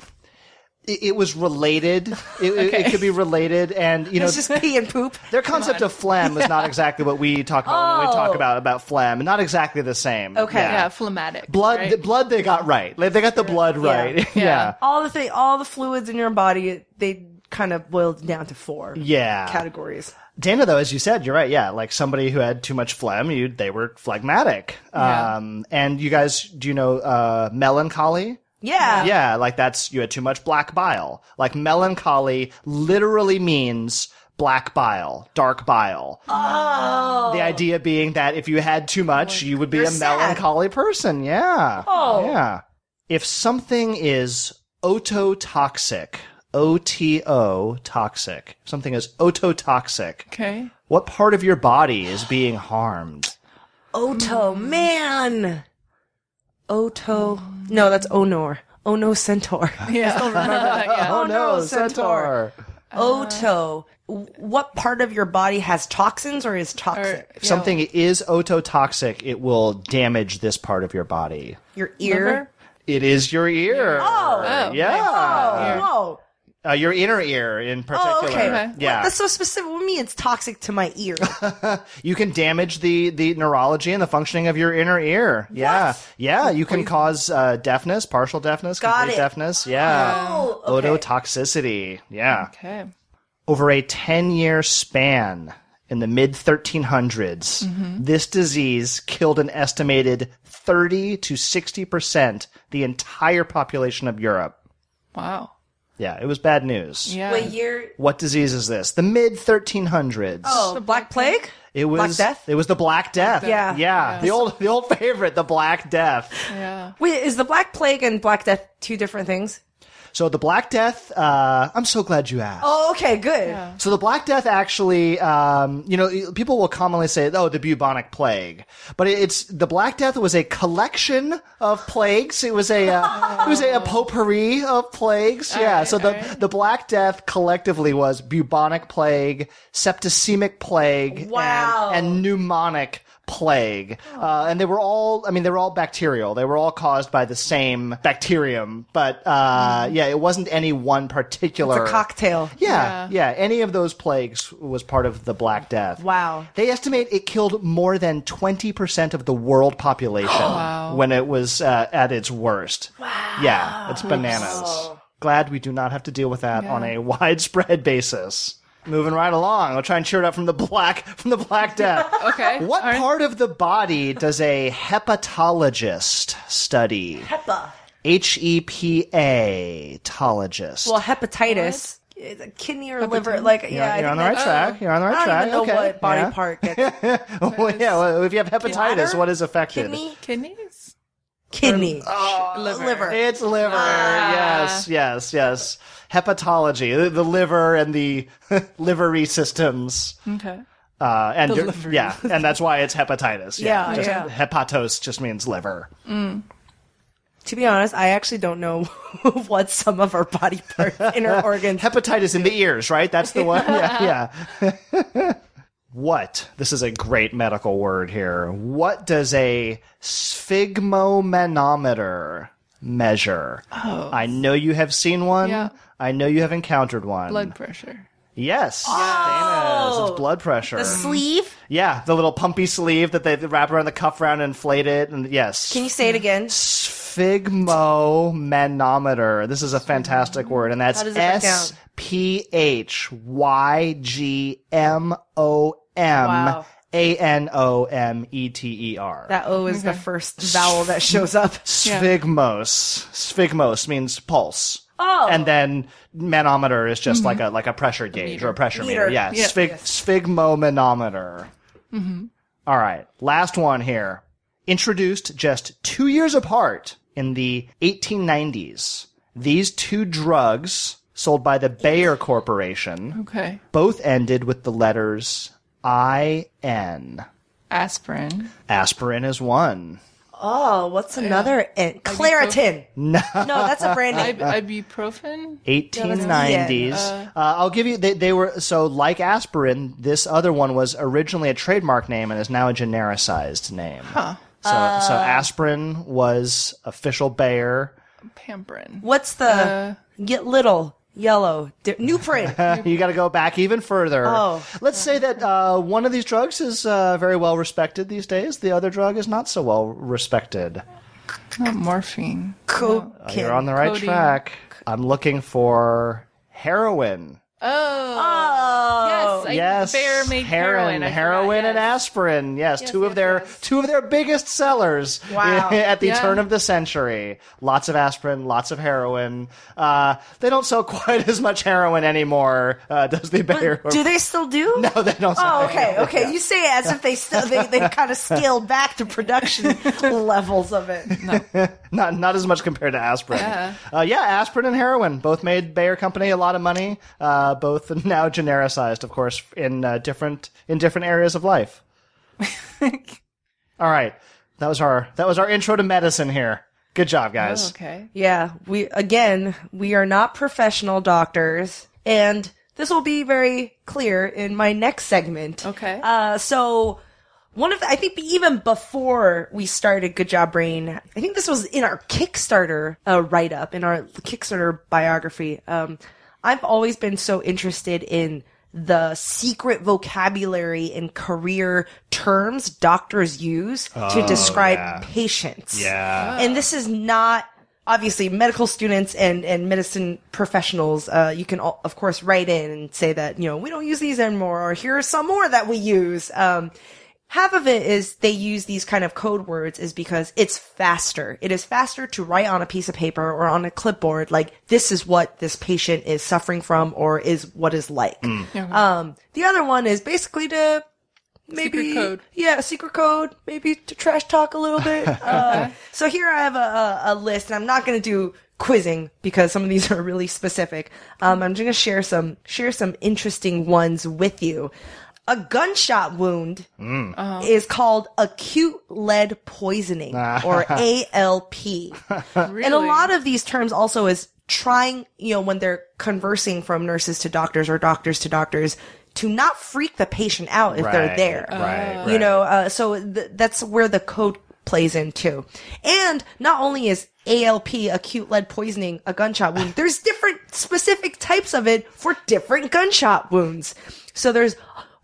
Speaker 3: it, it was related. It, it, it
Speaker 4: Okay.
Speaker 3: could be related, and you know,
Speaker 2: It's just pee and poop.
Speaker 3: their concept of phlegm is not exactly what we talk about when we
Speaker 2: Oh.
Speaker 3: talk about about phlegm. Not exactly the same.
Speaker 2: Okay.
Speaker 4: Yeah, phlegmatic.
Speaker 3: Blood,
Speaker 4: right?
Speaker 3: the blood they got right. Like, They got the blood right. Yeah. yeah.
Speaker 2: All the thing, all the fluids in your body, they kind of boiled down to four categories.
Speaker 3: Dana, though, as you said, you're right. Yeah, like somebody who had too much phlegm, you they were phlegmatic.
Speaker 4: Yeah.
Speaker 3: Um, and you guys, do you know uh, melancholy?
Speaker 2: Yeah.
Speaker 3: Yeah, like that's you had too much black bile. Like melancholy literally means black bile, dark bile.
Speaker 2: Oh.
Speaker 3: The idea being that if you had too much, you would be
Speaker 2: You're
Speaker 3: a
Speaker 2: sad.
Speaker 3: melancholy person. Yeah.
Speaker 2: Oh.
Speaker 3: Yeah. If something is ototoxic, O T O toxic, something is ototoxic.
Speaker 4: Okay.
Speaker 3: What part of your body is being harmed?
Speaker 2: Oto, man. Oto. No, that's Onor. Ono Centaur.
Speaker 4: Yeah. yeah.
Speaker 2: Oh, no, centaur. Oto. W- What part of your body has toxins or is toxic?
Speaker 4: Or-
Speaker 3: If something is ototoxic, it will damage this part of your body.
Speaker 2: your ear?
Speaker 4: Liver?
Speaker 3: It is your ear.
Speaker 2: Oh.
Speaker 4: Oh,
Speaker 3: yeah.
Speaker 2: Oh, whoa.
Speaker 3: Uh, your inner ear in particular.
Speaker 2: Oh, okay.
Speaker 4: Okay.
Speaker 3: Yeah.
Speaker 2: That's so specific. What do you mean it's toxic to my ear?
Speaker 3: You can damage the the neurology and the functioning of your inner ear. Yeah, yeah. You can cause uh, deafness, partial deafness,
Speaker 2: Got
Speaker 3: complete
Speaker 2: it.
Speaker 3: deafness. Yeah,
Speaker 2: Oh, okay.
Speaker 3: ototoxicity. Yeah,
Speaker 4: Okay.
Speaker 3: over a ten year span in the mid 1300s, this disease killed an estimated thirty to sixty percent the entire population of Europe.
Speaker 4: Wow.
Speaker 3: Yeah, it was bad news.
Speaker 4: Yeah.
Speaker 2: Wait, you're.
Speaker 3: What disease is this? The mid 1300s.
Speaker 2: Oh, the Black Plague?
Speaker 3: It was
Speaker 2: Death?
Speaker 3: It was the Black Death.
Speaker 2: Yeah.
Speaker 3: yeah,
Speaker 4: Yeah.
Speaker 3: The old the old favorite, the Black Death.
Speaker 4: Yeah.
Speaker 2: Wait, is the Black Plague and Black Death two different things?
Speaker 3: So the Black Death. Uh, I'm so glad you asked.
Speaker 2: Oh, okay, good.
Speaker 3: So the Black Death actually, um, you know, people will commonly say, "Oh, the bubonic plague," but it- it's the Black Death was a collection of plagues. It was a uh, it was a, a potpourri of plagues. yeah.
Speaker 4: right,
Speaker 3: so the
Speaker 4: all right.
Speaker 3: the Black Death collectively was bubonic plague, septicemic plague, and-
Speaker 2: Wow.
Speaker 3: and, pneumonic plague
Speaker 4: Oh.
Speaker 3: uh, and they were all i mean they were all bacterial they were all caused by the same bacterium but uh,
Speaker 4: Mm-hmm.
Speaker 3: yeah it wasn't any one particular
Speaker 2: It's a cocktail.
Speaker 3: yeah, yeah, Any of those plagues was part of the Black Death.
Speaker 2: Wow.
Speaker 3: They estimate it killed more than 20% of the world population when it was uh, at its worst. Wow. Yeah, it's bananas. Glad we do not have to deal with that on a widespread basis. Moving right along, I'll try and cheer it up from the black from the Black Death.
Speaker 4: Okay.
Speaker 3: What
Speaker 4: All right.
Speaker 3: part of the body does a hepatologist study?
Speaker 2: Hepa.
Speaker 3: H E P A tologist.
Speaker 2: Well, hepatitis. It's a kidney or liver. Like,
Speaker 3: You're-
Speaker 2: yeah, I
Speaker 3: you're
Speaker 2: think
Speaker 3: on the right
Speaker 2: that-
Speaker 3: track. You're on the right
Speaker 2: I don't
Speaker 3: track.
Speaker 2: even know
Speaker 3: okay.
Speaker 2: what body
Speaker 3: yeah.
Speaker 2: part gets
Speaker 3: Well, yeah, well, if you have hepatitis,
Speaker 2: Bladder?
Speaker 3: what is affected?
Speaker 2: kidney,
Speaker 4: Kidneys.
Speaker 2: kidney,
Speaker 4: liver.
Speaker 2: liver.
Speaker 3: It's liver.
Speaker 2: Ah.
Speaker 3: Yes, yes, yes. Hepatology, the, the liver and the livery systems.
Speaker 4: Okay.
Speaker 3: Uh, and you're-
Speaker 4: liver.
Speaker 3: yeah, and that's why it's hepatitis.
Speaker 2: Yeah,
Speaker 3: just
Speaker 2: yeah.
Speaker 3: hepatos just means liver.
Speaker 2: To be honest, I actually don't know what some of our body parts, inner organs.
Speaker 3: Hepatitis in the ears, right? That's the one. Yeah, yeah. what? This is a great medical word here. What does a sphygmomanometer measure? Oh. I know you have seen one.
Speaker 4: Yeah.
Speaker 3: I know you have encountered one.
Speaker 4: Blood pressure.
Speaker 3: Yes. Dana's. It's blood pressure.
Speaker 2: the sleeve.
Speaker 3: yeah, the little pumpy sleeve that they wrap around the cuff round and inflate it. And yes.
Speaker 2: Can you say it again?
Speaker 3: Sphygmomanometer. This is a fantastic word, and that's
Speaker 2: How does it break down?
Speaker 3: S P H Y G M O M
Speaker 2: Wow.
Speaker 3: A N O M E T E R.
Speaker 2: That O is the first vowel that shows up.
Speaker 3: Sphygmos. Sphygmos means pulse. Oh. And then manometer is just like a like a pressure gauge or a pressure meter.
Speaker 2: Meter.
Speaker 3: Yeah. Mm-hmm. Sphygmomanometer. All right. Last one here. Introduced just two years apart in the 1890s, these two drugs sold by the Bayer Corporation
Speaker 4: Okay.
Speaker 3: both ended with the letters IN.
Speaker 4: Aspirin.
Speaker 3: Aspirin is one.
Speaker 2: Oh, what's another? in- Claritin. No. that's a brand name.
Speaker 4: Ib-
Speaker 3: uh,
Speaker 4: ibuprofen?
Speaker 3: 1890s. Uh, I'll give you, they, they were, so like aspirin, this other one was originally a trademark name and is now a genericized name. So, so aspirin was official Bayer.
Speaker 4: Pamprin.
Speaker 2: What's the get little yellow di- new print?
Speaker 3: you got to go back even further.
Speaker 2: Oh.
Speaker 3: Let's say that uh, one of these drugs is uh, very well respected these days, the other drug is not so well respected.
Speaker 4: Not morphine.
Speaker 2: Coke.
Speaker 3: You're on the right
Speaker 4: Codeine.
Speaker 3: track. I'm looking for heroin.
Speaker 4: Oh. yes. I
Speaker 3: yes,
Speaker 4: Bear made heroin. I forgot,
Speaker 3: heroin, and
Speaker 4: yes.
Speaker 3: aspirin. Yes, two of their two of their biggest sellers
Speaker 2: Wow.
Speaker 3: at the
Speaker 4: Yeah.
Speaker 3: turn of the century. Lots of aspirin, lots of heroin. Uh, they don't sell quite as much heroin anymore. Uh, does the Bayer?
Speaker 2: Do they still do?
Speaker 3: no, they don't. Sell
Speaker 2: Oh, okay, okay. You say it as if they still they, they kind of scaled back the production levels of it.
Speaker 3: Not not as much compared to aspirin. Yeah.
Speaker 2: Uh-huh.
Speaker 3: Uh, yeah, aspirin and heroin both made Bayer Company a lot of money. Uh, both now genericized, of course, in uh, different in different areas of life. All right, that was our that was our intro to medicine here. Good job, guys.
Speaker 4: Okay.
Speaker 2: Yeah, we again, we are not professional doctors, and this will be very clear in my next segment.
Speaker 4: Okay.
Speaker 2: Uh, so one of the, I think even before we started Good Job Brain, I think this was in our Kickstarter uh, write up in our Kickstarter biography. Um, I've always been so interested in the secret vocabulary and career terms doctors use to describe patients.
Speaker 3: Yeah.
Speaker 2: And this is not obviously medical students and, and medicine professionals. Uh, you can all, of course write in and say that, you know, we don't use these anymore or here are some more that we use. Um, half of it is they use these kind of code words is because it's faster. It is faster to write on a piece of paper or on a clipboard. Like this is what this patient is suffering from or is what is like. Um, the other one is basically to maybe
Speaker 4: Secret code.
Speaker 2: yeah, a secret code, maybe to trash talk a little bit. Uh, so here I have a, a, a list, and I'm not going to do quizzing because some of these are really specific. Um, I'm just going to share some share some interesting ones with you. A gunshot wound is called acute lead poisoning or ALP.
Speaker 4: Really?
Speaker 2: And a lot of these terms also is trying, you know, when they're conversing from nurses to doctors or doctors to doctors, to not freak the patient out if Oh, they're there.
Speaker 3: Right.
Speaker 2: You know, uh, so th- that's where the code plays in too. And not only is ALP, acute lead poisoning, a gunshot wound, there's different specific types of it for different gunshot wounds. So there's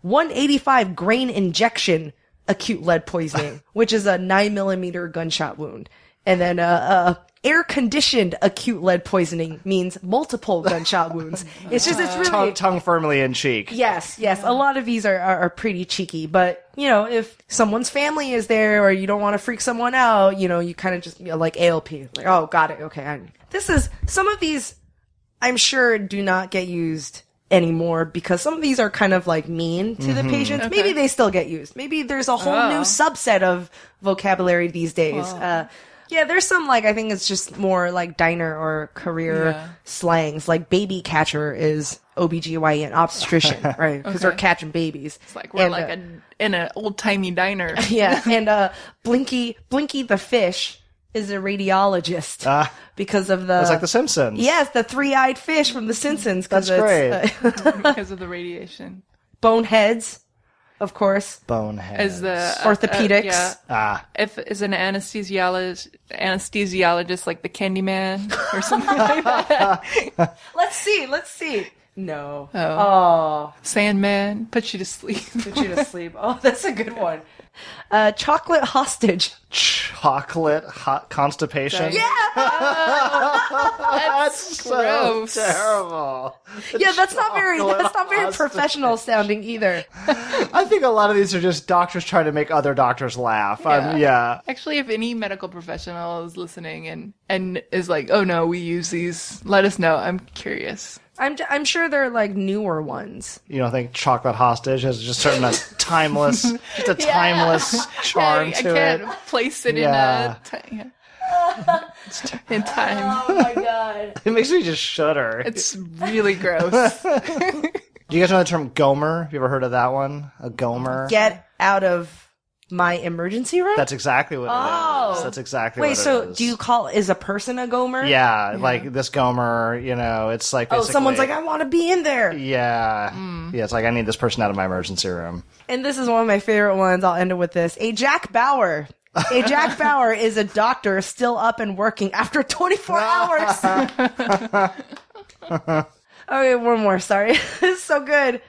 Speaker 2: 185 grain injection acute lead poisoning, which is a nine millimeter gunshot wound. And then, uh, uh, Air conditioned acute lead poisoning means multiple gunshot wounds. It's just, it's really
Speaker 3: Tongue, tongue firmly in cheek.
Speaker 2: Yes, yes. A lot of these are, are, are pretty cheeky, but you know, if someone's family is there or you don't want to freak someone out, you know, you kind of just you know, like ALP, like oh, got it, okay. I, this is some of these, I'm sure, do not get used anymore because some of these are kind of like mean to the patients. Maybe they still get used. Maybe there's a whole new subset of vocabulary these days. Uh, yeah, there's some like I think it's just more like diner or career
Speaker 4: Yeah.
Speaker 2: slangs. Like baby catcher is OBGYN obstetrician, right? Because they're catching babies. It's
Speaker 4: like we're like a in an old timey diner.
Speaker 2: yeah, and uh, Blinky Blinky the fish is a radiologist because of the
Speaker 3: It's like The Simpsons.
Speaker 2: yes the three eyed fish from The Simpsons. 'cause
Speaker 3: That's great.
Speaker 2: it's, uh,
Speaker 4: because of the radiation.
Speaker 2: boneheads, of course.
Speaker 3: Bonehead.
Speaker 4: Is the uh, uh,
Speaker 2: Orthopedics.
Speaker 4: yeah.
Speaker 3: Ah.
Speaker 4: If is an anesthesiologist, anesthesiologist like the Candyman or something like that.
Speaker 2: Let's see. Let's see. No.
Speaker 4: Sandman put you to sleep.
Speaker 2: Put you to sleep. Oh, that's a good one. Uh, chocolate hostage.
Speaker 3: chocolate hot constipation?
Speaker 4: Yeah.
Speaker 3: That's so
Speaker 4: gross.
Speaker 3: terrible.
Speaker 2: Yeah, that's not very.
Speaker 3: Chocolate
Speaker 2: That's not very
Speaker 3: hostage.
Speaker 2: professional sounding either.
Speaker 3: I think a lot of these are just doctors trying to make other doctors laugh. Yeah. Um, yeah.
Speaker 4: Actually, if any medical professional is listening and and is like, "Oh no, we use these," let us know. I'm curious.
Speaker 2: I'm, j- I'm sure they're like newer ones.
Speaker 3: You don't think chocolate hostage is just certain a timeless, just a timeless charm
Speaker 4: I, I
Speaker 3: to
Speaker 4: can't
Speaker 3: it.
Speaker 4: place it
Speaker 3: Yeah.
Speaker 4: in a ti- in time.
Speaker 6: Oh my god.
Speaker 3: It makes me just shudder.
Speaker 4: It's really gross.
Speaker 3: Do you guys know the term gomer? Have you ever heard of that one? A gomer?
Speaker 2: Get out of my emergency room.
Speaker 3: That's exactly what it
Speaker 6: Oh.
Speaker 3: is. That's exactly what
Speaker 2: Wait,
Speaker 3: it
Speaker 2: so
Speaker 3: is.
Speaker 2: do you call is a person a gomer?
Speaker 3: Yeah, like this Gomer, you know, it's like
Speaker 2: Oh,
Speaker 3: basically-
Speaker 2: someone's like, "Ah." Mm. I want to be in there.
Speaker 3: yeah, yeah, it's like I need this person out of my emergency room.
Speaker 2: And this is one of my favorite ones. I'll end it with this. A Jack Bauer. A Jack Bauer is a doctor still up and working after 24 hours. okay, one more. Sorry. it's so good.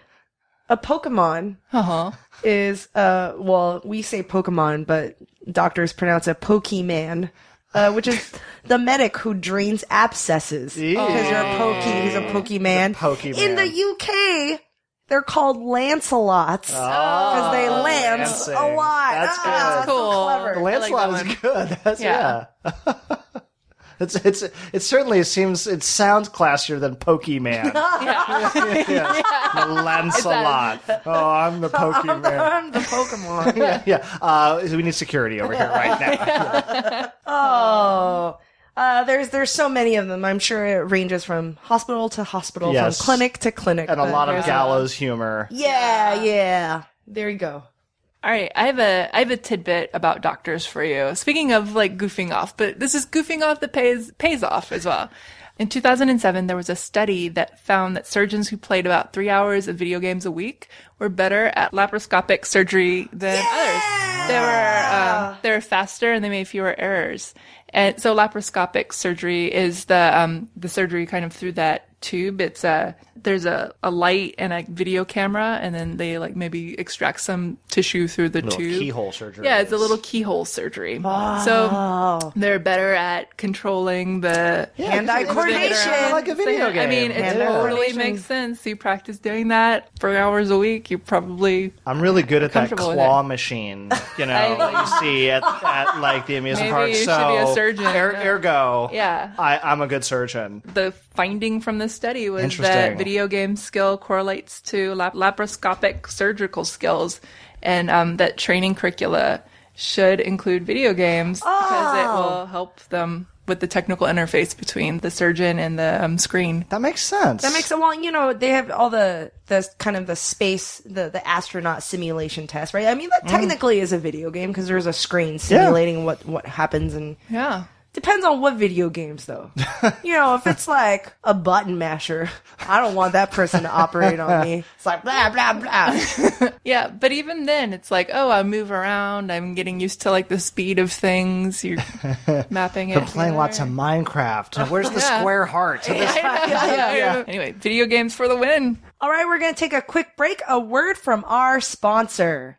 Speaker 2: A Pokemon
Speaker 4: Uh-huh.
Speaker 2: is, uh, well, we say Pokemon, but doctors pronounce it Pokemon, uh, which is the medic who drains abscesses. Because you're a Pokey, he's a Pokemon.
Speaker 3: Pokemon.
Speaker 2: In the UK, they're called Lancelots because they lance
Speaker 3: Oh, Lancing.
Speaker 2: a lot.
Speaker 3: That's
Speaker 2: Ah,
Speaker 3: good.
Speaker 2: that's so
Speaker 4: Cool.
Speaker 2: clever.
Speaker 4: I like
Speaker 3: Lancelot
Speaker 4: that
Speaker 3: is
Speaker 4: one.
Speaker 3: good. That's yeah.
Speaker 4: Yeah.
Speaker 3: it's it's it certainly seems it sounds classier than Pokemon. The Lancelot. Oh, I'm the Pokemon.
Speaker 2: I'm the Pokemon.
Speaker 3: yeah, yeah. Uh, we need security over here right now.
Speaker 2: Oh. Uh, there's there's so many of them. I'm sure it ranges from hospital to hospital,
Speaker 3: Yes.
Speaker 2: from clinic to clinic.
Speaker 3: and a
Speaker 2: but-
Speaker 3: lot of gallows humor.
Speaker 2: yeah, yeah. There you go.
Speaker 4: All right, I have a I have a tidbit about doctors for you. Speaking of like goofing off, but this is goofing off that pays pays off as well. In 2007, there was a study that found that surgeons who played about three hours of video games a week were better at laparoscopic surgery than others. They were um, they were faster and they made fewer errors. And so laparoscopic surgery is the um, the surgery kind of through that tube. It's a there's a, a light and a video camera, and then they like maybe extract some tissue through the
Speaker 3: Little
Speaker 4: tube.
Speaker 3: keyhole surgery.
Speaker 4: Yeah, it's a
Speaker 3: is-
Speaker 4: little keyhole surgery. So they're better at controlling the
Speaker 2: Hand-eye
Speaker 4: the bit around.
Speaker 2: coordination.
Speaker 3: Like a video
Speaker 4: So, I
Speaker 3: game.
Speaker 4: mean, it
Speaker 2: Hand-eye
Speaker 4: totally
Speaker 2: coordination.
Speaker 4: makes sense. You practice doing that for hours a week. You probably
Speaker 3: I'm really good at that
Speaker 4: comfortable with
Speaker 3: claw machine, you know,
Speaker 4: I-
Speaker 3: that you see at, at like the amusement
Speaker 4: Maybe
Speaker 3: park.
Speaker 4: you should
Speaker 3: so
Speaker 4: be a surgeon. uh,
Speaker 3: er- ergo,
Speaker 4: Yeah.
Speaker 3: I, I'm a good surgeon.
Speaker 4: the finding from the study was
Speaker 3: Interesting.
Speaker 4: that video game skill correlates to lap- laparoscopic surgical skills, and um, that training curricula should include video games because it will help them with the technical interface between the surgeon and the um, screen.
Speaker 3: That makes sense.
Speaker 2: That makes it well, you know, they have all the the kind of the space, the the astronaut simulation test, right? I mean,
Speaker 3: Mm.
Speaker 2: that technically is a video game because there's a screen simulating what what happens and
Speaker 4: Yeah.
Speaker 2: depends on what video games though. you know, if it's like a button masher, I don't want that person to operate on me. It's like blah blah blah.
Speaker 4: Yeah, but even then, it's like, oh, I move around. I'm getting used to like the speed of things. You're mapping it.
Speaker 3: I'm playing lots of Minecraft. Where's the square heart?
Speaker 4: yeah. Anyway, video games for the win.
Speaker 2: all right, we're going to take a quick break. A word from our sponsor.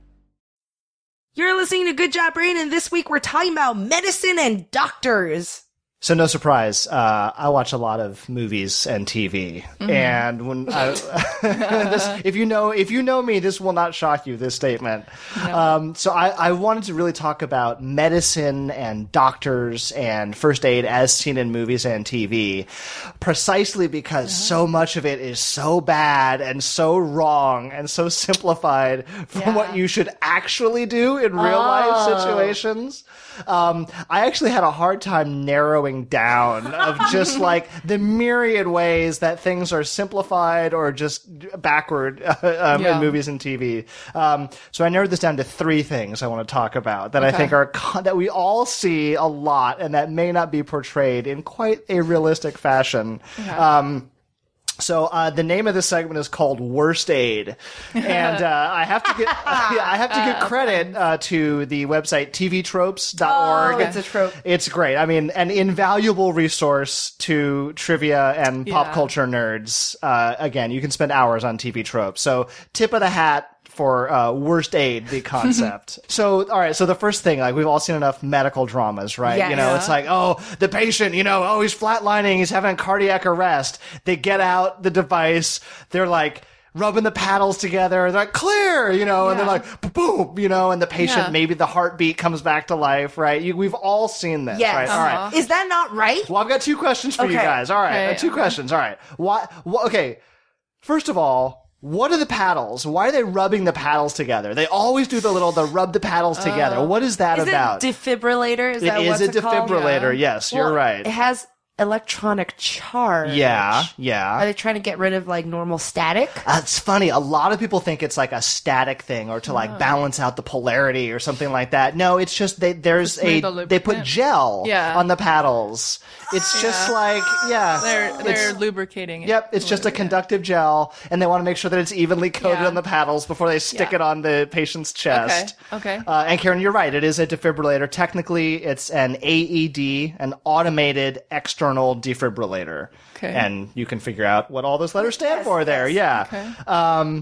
Speaker 2: You're listening to Good Job Brain, and this week we're talking about medicine and doctors.
Speaker 3: So no surprise, uh, I watch a lot of movies and TV, and when I, this, if you know if you know me, this will not shock you. This statement. Um, so I, I wanted to really talk about medicine and doctors and first aid as seen in movies and TV, precisely because so much of it is so bad and so wrong and so simplified from what you should actually do in real life situations. Um, I actually had a hard time narrowing going down of just like the myriad ways that things are simplified or just backward um,
Speaker 4: Yeah.
Speaker 3: in movies and TV. Um, so I narrowed this down to three things I want to talk about that I think are con- that we all see a lot and that may not be portrayed in quite a realistic fashion. Um, so uh, the name of this segment is called Worst Aid, and uh, I have to get yeah, I have to give credit uh, to the website tvtropes.org.
Speaker 2: Oh, it's a trope.
Speaker 3: It's great. I mean, an invaluable resource to trivia and pop
Speaker 4: Yeah.
Speaker 3: culture nerds. Uh, again, you can spend hours on TV tropes. So, tip of the hat for uh, worst aid the concept so all right so the first thing like we've all seen enough medical dramas right you know it's like oh the patient you know oh he's flatlining he's having a cardiac arrest they get out the device they're like rubbing the paddles together they're like clear you know and they're like boom you know and the patient
Speaker 4: Yeah.
Speaker 3: maybe the heartbeat comes back to life right you, we've all seen this
Speaker 2: Yes. Uh-huh.
Speaker 3: right all right
Speaker 2: Is that not right?
Speaker 3: well, I've got two questions for you
Speaker 2: Okay.
Speaker 3: guys. All right,
Speaker 4: Okay.
Speaker 3: uh, two questions. All right. Why? wh- okay. First of all, what are the paddles? Why are they rubbing the paddles together? They always do the little the rub the paddles
Speaker 4: Oh.
Speaker 3: together. What is that
Speaker 2: Is it
Speaker 3: about?
Speaker 2: defibrillator? Is
Speaker 3: it
Speaker 2: that
Speaker 3: is
Speaker 2: what's
Speaker 3: a
Speaker 2: called?
Speaker 3: defibrillator. Yes, you're
Speaker 2: Well,
Speaker 3: right.
Speaker 2: It has electronic charge.
Speaker 3: yeah,
Speaker 2: Are
Speaker 3: yeah.
Speaker 2: they trying to get rid of like normal static?
Speaker 3: That's funny. A lot of people think it's like a static thing or to
Speaker 4: Oh.
Speaker 3: like balance out the polarity or something like that. No, it's just they, there's a
Speaker 4: smooth the
Speaker 3: they put
Speaker 4: lubricant.
Speaker 3: gel
Speaker 4: Yeah.
Speaker 3: on the paddles. It's just like yeah.
Speaker 4: They're they're lubricating. it.
Speaker 3: Yep, it's just a conductive gel, and they want to make sure that it's evenly coated
Speaker 4: Yeah.
Speaker 3: on the paddles before they stick
Speaker 4: Yeah.
Speaker 3: it on the patient's chest.
Speaker 4: Okay, okay.
Speaker 3: Uh, and Karen, you're right. It is a defibrillator. Technically, it's an AED, an automated external defibrillator.
Speaker 4: Okay.
Speaker 3: And you can figure out what all those letters stand for there. Yeah.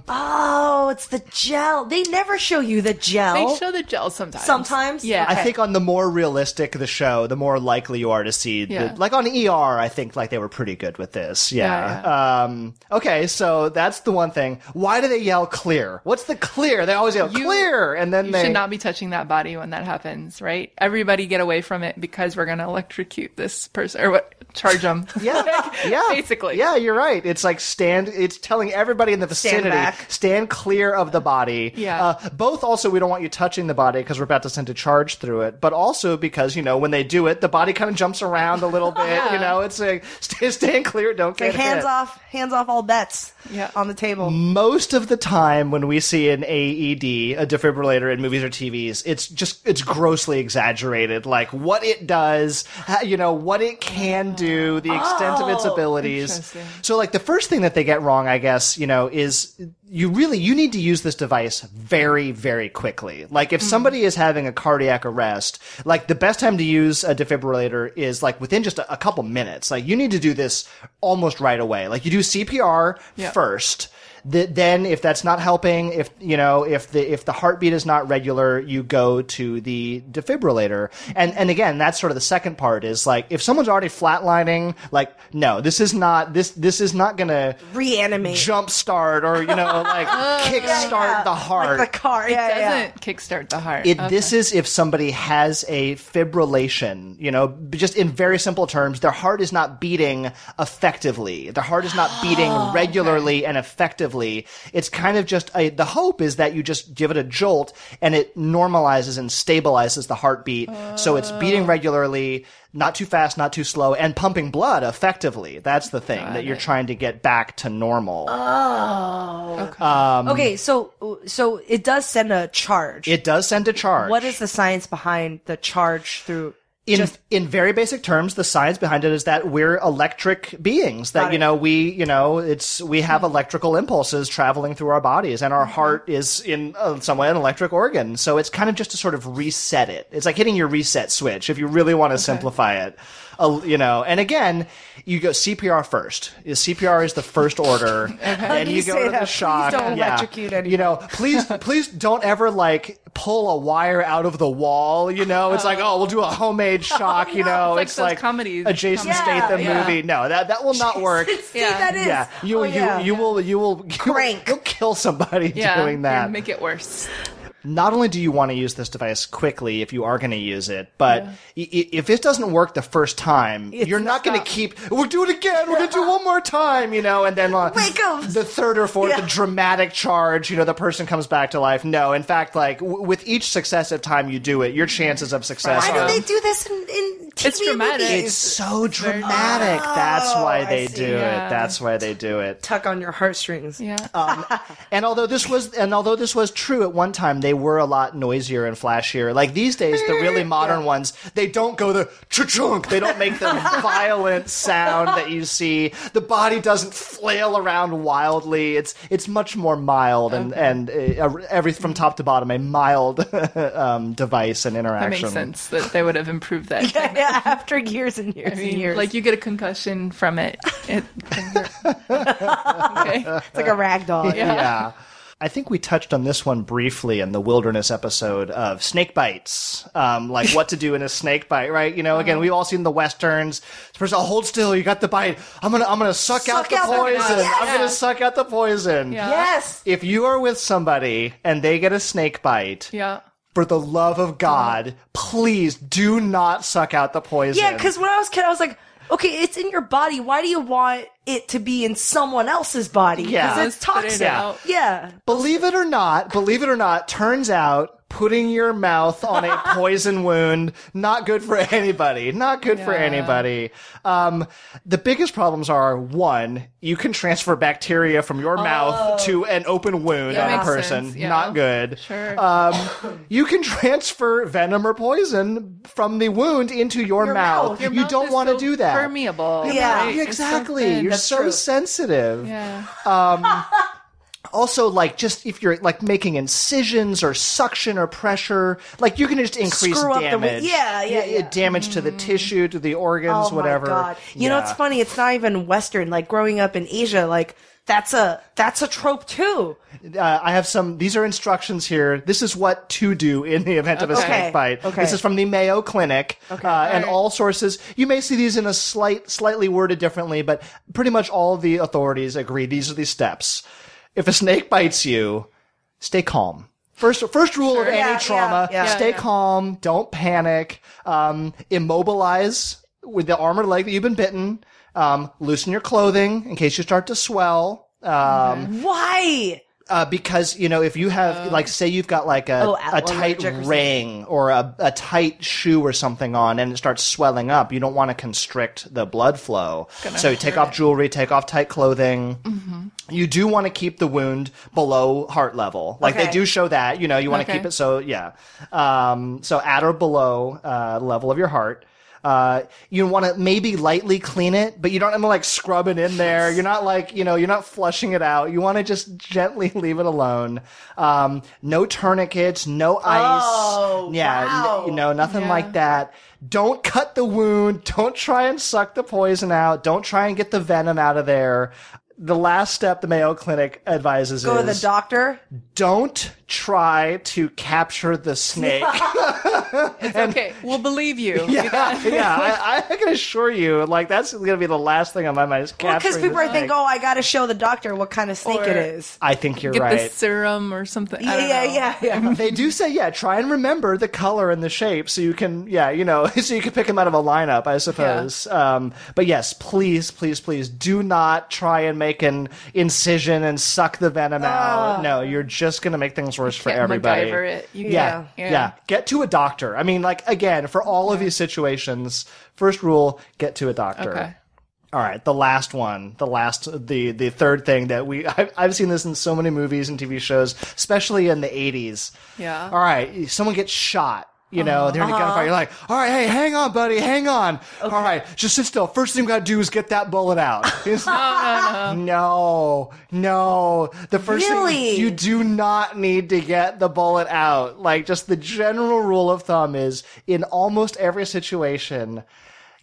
Speaker 2: Oh, it's the gel. They never show you the gel.
Speaker 4: They show the gel sometimes.
Speaker 2: Sometimes?
Speaker 4: yeah.
Speaker 3: I think on the more realistic the show, the more likely you are to see. the-
Speaker 4: Yeah.
Speaker 3: like on ER, I think like they were pretty good with this. Yeah.
Speaker 4: Yeah,
Speaker 3: Um, okay, so that's the one thing. Why do they yell clear? What's the clear? They always yell
Speaker 4: You-
Speaker 3: clear, and then
Speaker 4: you
Speaker 3: they
Speaker 4: should not be touching that body when that happens, right? Everybody get away from it because we're gonna electrocute this person or what? Charge them.
Speaker 3: Yeah, yeah,
Speaker 4: basically.
Speaker 3: Yeah, you're right. It's like stand. It's telling everybody in the
Speaker 2: Stand
Speaker 3: vicinity
Speaker 2: back.
Speaker 3: stand clear of the body.
Speaker 4: Yeah.
Speaker 3: Uh, both also, we don't want you touching the body because we're about to send a charge through it. But also because you know when they do it, the body kind of jumps around a little bit. You know, it's like stand, stand clear, don't
Speaker 2: Okay,
Speaker 3: get
Speaker 2: Oh, hands
Speaker 3: hit.
Speaker 2: off, hands off all bets
Speaker 4: Yeah.
Speaker 2: on the table.
Speaker 3: Most of the time when we see an AED, a defibrillator in movies or TVs, it's just it's grossly exaggerated. Like what it does, how, you know, what it can do, the extent of its abilities.
Speaker 4: interesting.
Speaker 3: So like the first thing that they get wrong, I guess, you know, is you really you need to use this device very very quickly. Like if somebody is having a cardiac arrest, like the best time to use a defibrillator is like within just a, a couple minutes. Like you need to do this almost right away. Like you do CPR
Speaker 4: Yeah.
Speaker 3: first. Th- then if that's not helping, if you know, if the if the heartbeat is not regular, you go to the defibrillator. And and again, that's sort of the second part is like if someone's already flatlining, like no, this is not this this is not going to
Speaker 2: Reanimate.
Speaker 3: jump start or you know like kick start the heart.
Speaker 2: Oh, Like the car. yeah,
Speaker 4: Doesn't
Speaker 2: yeah.
Speaker 4: kickstart the heart. Oh,
Speaker 3: It,
Speaker 4: Okay.
Speaker 3: This is if somebody has a fibrillation, you know, b- just in very simple terms, their heart is not beating effectively. Their heart is not beating regularly and effectively. It's kind of just a, the hope is that you just give it a jolt and it normalizes and stabilizes the heartbeat. So it's
Speaker 2: Oh.
Speaker 3: beating regularly, not too fast, not too slow, and pumping blood effectively. That's the thing that you're trying to get back to normal.
Speaker 2: Uh, okay, so so it does send a charge.
Speaker 3: it does send a charge.
Speaker 2: what is the science behind the charge through
Speaker 3: in in very basic terms, the science behind it is that we're electric beings. That you know we you know it's we have
Speaker 2: Mm-hmm.
Speaker 3: electrical impulses traveling through our bodies, and our heart is in uh, some way an electric organ. So it's kind of just to sort of reset it. It's like hitting your reset switch if you really want to simplify it. Uh, you know, and again, you go CPR first. Is CPR is the first order, and you,
Speaker 2: You
Speaker 3: go
Speaker 2: say
Speaker 3: to
Speaker 2: that.
Speaker 3: the
Speaker 2: Please
Speaker 3: shock.
Speaker 2: don't
Speaker 3: yeah.
Speaker 2: electrocute anyone.
Speaker 3: You know, please, please don't ever like pull a wire out of the wall. You know, it's like, oh, we'll do a homemade shock. You know,
Speaker 4: It's like those
Speaker 3: comedy
Speaker 4: comedies.
Speaker 3: a Jason
Speaker 4: Yeah,
Speaker 3: Statham
Speaker 4: yeah.
Speaker 3: movie. No, that that will not work.
Speaker 2: See,
Speaker 4: Yeah.
Speaker 2: that is.
Speaker 3: Yeah, you
Speaker 2: Oh,
Speaker 3: you you will you will you will-
Speaker 2: Crank.
Speaker 3: You'll kill somebody
Speaker 4: yeah,
Speaker 3: doing that.
Speaker 4: Make it worse.
Speaker 3: not only do you want to use this device quickly if you are going to use it, but i- i- if it doesn't work the first time, you're not going to keep, we'll do it again, we're going to do it one more time, you know, and then uh,
Speaker 2: Wake up!
Speaker 3: the third or fourth the dramatic charge, you know, the person comes back to life. No, in fact, like w- with each successive time you do it, your chances of success
Speaker 2: Why
Speaker 3: are.
Speaker 2: do they do this in, in TV
Speaker 4: It's dramatic.
Speaker 3: it's
Speaker 2: movies?
Speaker 3: so dramatic. That's why they
Speaker 2: Oh, see.
Speaker 3: do
Speaker 4: Yeah.
Speaker 3: it. That's why they do it.
Speaker 2: Tuck on your heartstrings.
Speaker 4: Yeah.
Speaker 3: And although this was and although this was true at one time, they were a lot noisier and flashier. Like these days, the really modern ones, they don't go the chunk. They don't make the violent sound that you see. The body doesn't flail around wildly. It's it's much more mild and and uh, every from top to bottom a mild um, device and
Speaker 4: That
Speaker 3: interaction.
Speaker 4: makes sense that they would have improved that.
Speaker 2: Yeah, yeah, after years and years and
Speaker 4: I mean,
Speaker 2: years.
Speaker 4: like you get a concussion from it. it okay.
Speaker 2: it's like a rag doll.
Speaker 4: Yeah.
Speaker 3: yeah. I think we touched on this one briefly in the wilderness episode of snake bites, um, like what to do in a snake bite, right? You know,
Speaker 2: Uh-huh.
Speaker 3: again, we've all seen the westerns. This person, oh, hold still, you got the bite. I'm gonna, I'm gonna suck, out
Speaker 2: Suck
Speaker 3: the
Speaker 2: out the-
Speaker 3: poison.
Speaker 2: Yes!
Speaker 3: I'm gonna suck out the poison.
Speaker 4: Yeah.
Speaker 2: Yes.
Speaker 3: If you are with somebody and they get a snake bite,
Speaker 4: Yeah.
Speaker 3: for the love
Speaker 2: Uh-huh.
Speaker 3: of God, please do not suck out the poison.
Speaker 2: Yeah, because when I was a kid, I was like, okay, it's in your body. Why do you want it to be in someone else's body? 'Cause
Speaker 3: Yeah.
Speaker 2: it's
Speaker 4: Let's put it
Speaker 2: toxic.
Speaker 4: out.
Speaker 2: Yeah.
Speaker 3: Believe it or not, believe it or not, turns out putting your mouth on a poison wound not good for anybody. Not good for anybody. Um, the biggest problems are one, you can transfer bacteria from your mouth to an open wound
Speaker 4: Oh. Yeah,
Speaker 3: on a
Speaker 4: makes
Speaker 3: person.
Speaker 4: sense, yeah.
Speaker 3: Not good. Um,
Speaker 4: Sure.
Speaker 3: You can transfer venom or poison from the wound into your, mouth.
Speaker 2: mouth.
Speaker 4: Your
Speaker 3: You
Speaker 4: mouth
Speaker 3: don't
Speaker 4: is
Speaker 3: want to
Speaker 4: so
Speaker 3: do that.
Speaker 4: Permeable.
Speaker 2: Yeah.
Speaker 4: right?
Speaker 3: Yeah,
Speaker 4: It's so
Speaker 3: exactly.
Speaker 4: thin.
Speaker 3: You're
Speaker 4: That's
Speaker 3: so
Speaker 4: true.
Speaker 3: sensitive
Speaker 4: Yeah.
Speaker 3: also like just if you're like making incisions or suction or pressure, like you can just increase
Speaker 2: Screw up the wi-
Speaker 3: damage.
Speaker 2: yeah, yeah, yeah. Mm-hmm.
Speaker 3: damage to the tissue, to the organs,
Speaker 2: oh
Speaker 3: whatever.
Speaker 2: my god! You know, it's
Speaker 3: Yeah.
Speaker 2: funny. It's not even Western. Like growing up in Asia, like that's a that's a trope too.
Speaker 3: Uh, I have some. These are instructions here. This is what to do in the event of a
Speaker 2: Okay.
Speaker 3: snake bite.
Speaker 2: Okay.
Speaker 3: This is from the Mayo Clinic uh, and all sources. You may see these in a slight, slightly worded differently, but pretty much all the authorities agree. These are the steps. If a snake bites you, stay calm. First, first rule of any
Speaker 2: Yeah,
Speaker 3: trauma:
Speaker 2: yeah, yeah.
Speaker 3: stay
Speaker 4: Yeah.
Speaker 3: calm, don't panic, um, immobilize with the arm or leg that you've been bitten. Um, loosen your clothing in case you start to swell. Um,
Speaker 2: Why?
Speaker 3: uh, because you know if you have like say you've got like a,
Speaker 2: Oh,
Speaker 3: a
Speaker 2: allergic
Speaker 3: tight
Speaker 2: or something.
Speaker 3: ring or a, a tight shoe or something on and it starts swelling up you don't want to constrict the blood flow so you take off jewelry take off tight clothing you do want to keep the wound below heart level like
Speaker 2: Okay.
Speaker 3: they do show that you know you want to
Speaker 4: Okay.
Speaker 3: keep it so yeah um, so at or below uh, level of your heart uh, you want to maybe lightly clean it, but you don't want to like scrub it in there. You're not like, you know, you're not flushing it out. You want to just gently leave it alone. Um, no tourniquets, no ice.
Speaker 2: Oh,
Speaker 3: yeah. n-
Speaker 2: wow.
Speaker 3: you know, nothing like that. Don't cut the wound. Don't try and suck the poison out. Don't try and get the venom out of there. The last step the Mayo Clinic advises
Speaker 2: Go to
Speaker 3: is
Speaker 2: the doctor.
Speaker 3: don't try to capture the snake.
Speaker 4: okay. We'll believe you.
Speaker 3: Yeah, yeah. I, I can assure you, like that's gonna be the last thing on my mind. is
Speaker 2: Because
Speaker 3: capturing
Speaker 2: people are
Speaker 3: the
Speaker 2: thinking,
Speaker 3: snake.
Speaker 2: "Oh, I got to show the doctor what kind of snake
Speaker 4: Or-
Speaker 2: it is."
Speaker 3: I think you're
Speaker 4: Get the
Speaker 3: right.
Speaker 4: serum or something. I
Speaker 2: Yeah,
Speaker 4: don't
Speaker 2: yeah,
Speaker 4: know.
Speaker 2: yeah, yeah.
Speaker 3: they do say, yeah, try and remember the color and the shape, so you can, yeah, you know, so you can pick them out of a lineup, I suppose. Um, but yes, please, please, please, do not try and make an incision and suck the venom out. No, you're just gonna make things worse for
Speaker 4: Can't
Speaker 3: everybody.
Speaker 4: MacGyver it. You
Speaker 3: Yeah.
Speaker 4: can't-
Speaker 3: yeah. Get to a doctor. I mean, like, again, for all of these situations, first rule, get to a doctor.
Speaker 4: Okay.
Speaker 3: All right, the last one, the last, the the third thing that we I've, I've seen this in so many movies and TV shows, especially in the '80s.
Speaker 4: Yeah. Uh-huh.
Speaker 3: All right, someone gets shot. You know, they're in a gunfight. You're like, all right, hey, hang on, buddy, hang on. All right, just sit still. First thing you gotta do is get that bullet out. It's-
Speaker 4: Oh,
Speaker 3: no, no. The first
Speaker 2: Really?
Speaker 3: thing you do not need to get the bullet out. Like, just the general rule of thumb is in almost every situation,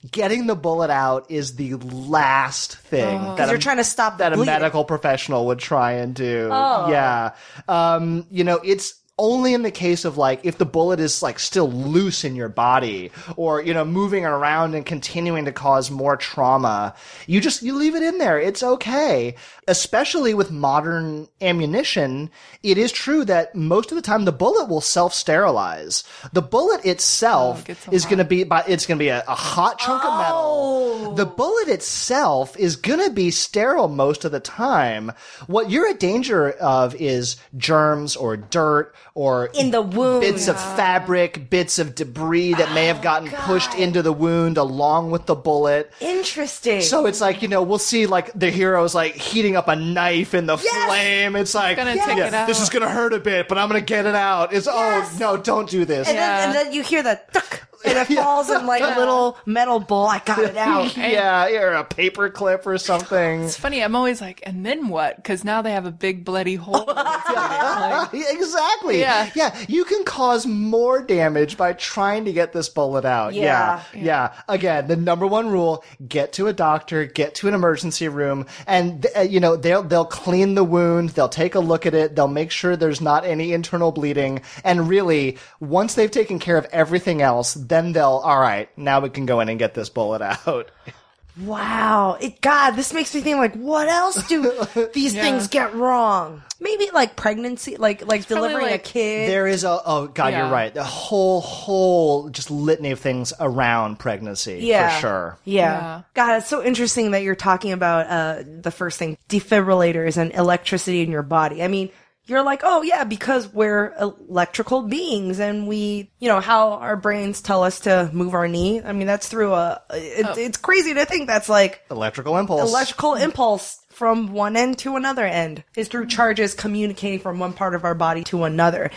Speaker 3: getting the bullet out is the last thing that
Speaker 2: Oh. You're
Speaker 3: a-
Speaker 2: trying to stop
Speaker 3: that a
Speaker 2: bleeding.
Speaker 3: medical professional would try and do. Yeah. Um, you know, it's only in the case of like if the bullet is like still loose in your body or you know moving around and continuing to cause more trauma you just you leave it in there it's okay especially with modern ammunition it is true that most of the time the bullet will self sterilize the bullet
Speaker 2: Oh,
Speaker 3: itself
Speaker 4: gets so
Speaker 3: is
Speaker 4: hot.
Speaker 3: going to be by it's going to be a, a hot chunk of
Speaker 2: Oh.
Speaker 3: metal the bullet itself is going to be sterile most of the time what you're at danger of is germs or dirt or
Speaker 2: In the wound. Oh,
Speaker 3: bits of fabric bits of debris that may have gotten pushed into the wound along with the bullet
Speaker 2: Interesting.
Speaker 3: so it's like you know we'll see like the heroes like heating up a knife in the
Speaker 2: Yes!
Speaker 3: flame. It's like
Speaker 4: gonna take it out.
Speaker 3: this is gonna hurt a bit, but I'm gonna get it out. It's oh
Speaker 2: Yes!
Speaker 3: no, don't do this.
Speaker 2: and,
Speaker 4: Yeah.
Speaker 2: then, and then you hear the tuck, and it falls in like a little metal bowl. I got it out.
Speaker 3: Yeah, or a paper clip or something.
Speaker 4: It's funny. I'm always like, and then what? Because now they have a big bloody hole.
Speaker 3: Yeah, exactly.
Speaker 4: Yeah.
Speaker 3: yeah. You can cause more damage by trying to get this bullet out.
Speaker 2: Yeah.
Speaker 3: yeah. yeah. Again, the number one rule: get to a doctor, get to an emergency room, and th- uh, you know they'll they'll clean the wound, they'll take a look at it, they'll make sure there's not any internal bleeding, and really, once they've taken care of everything else, then they'll all right. Now we can go in and get this bullet out.
Speaker 2: Wow. It, God, this makes me think like, what else do these things get wrong? Maybe like pregnancy, like like delivering
Speaker 4: like-
Speaker 2: a kid.
Speaker 3: There is a oh god, you're
Speaker 4: Yeah.
Speaker 3: right. The whole whole just litany of things around pregnancy
Speaker 2: Yeah.
Speaker 3: for sure.
Speaker 2: Yeah.
Speaker 4: Yeah.
Speaker 2: God, it's so interesting that you're talking about uh, the first thing defibrillators and electricity in your body. I mean, you're like, oh, yeah, because we're electrical beings and we, you know, how our brains tell us to move our knee. I mean, that's through a, it, it's crazy to think that's like
Speaker 3: Electrical impulse.
Speaker 2: electrical impulse from one end to another end is through charges communicating from one part of our body to another.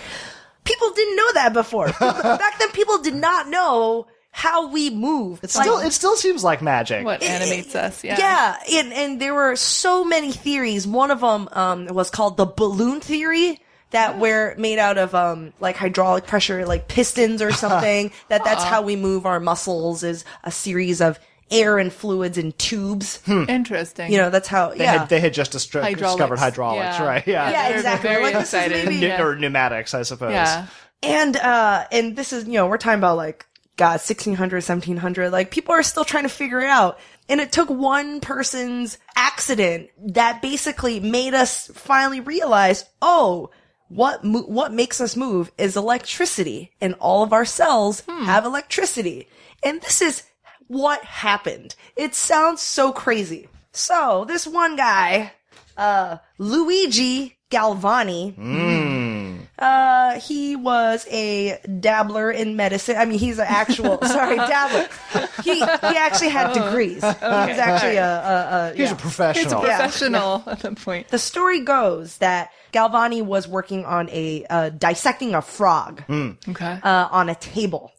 Speaker 2: People didn't know that before. Back then, people did not know how we move.
Speaker 3: It still it still seems like magic.
Speaker 4: what animates us? Yeah.
Speaker 2: Yeah, and and there were so many theories. One of them um, was called the balloon theory that
Speaker 4: Mm-hmm.
Speaker 2: we're made out of um, like hydraulic pressure, like pistons or something. that that's
Speaker 4: Uh-huh.
Speaker 2: how we move our muscles is a series of air and fluids and tubes.
Speaker 4: Hmm. Interesting.
Speaker 2: You know, that's how.
Speaker 3: They,
Speaker 2: yeah.
Speaker 3: had, they had just distri-
Speaker 4: Hydraulics.
Speaker 3: discovered hydraulics,
Speaker 4: Yeah.
Speaker 3: right? Yeah.
Speaker 2: yeah,
Speaker 4: they're
Speaker 2: exactly.
Speaker 4: very
Speaker 2: Like, this is
Speaker 4: excited.
Speaker 2: maybe-
Speaker 3: Pneu- Or pneumatics, I suppose.
Speaker 4: yeah.
Speaker 2: and uh and this is you know we're talking about like god 1600 1700 like people are still trying to figure it out and it took one person's accident that basically made us finally realize oh what mo- what makes us move is electricity and all of our cells have electricity and this is what happened it sounds so crazy so this one guy uh luigi galvani uh, he was a dabbler in medicine. I mean, he's an actual sorry dabbler. He he actually had
Speaker 3: Oh,
Speaker 2: degrees. He's actually a, a, a
Speaker 3: He's a professional.
Speaker 4: Professional at that point.
Speaker 2: the story goes that Galvani was working on a uh, dissecting a frog
Speaker 3: Hmm.
Speaker 4: Okay.
Speaker 2: uh, on a table,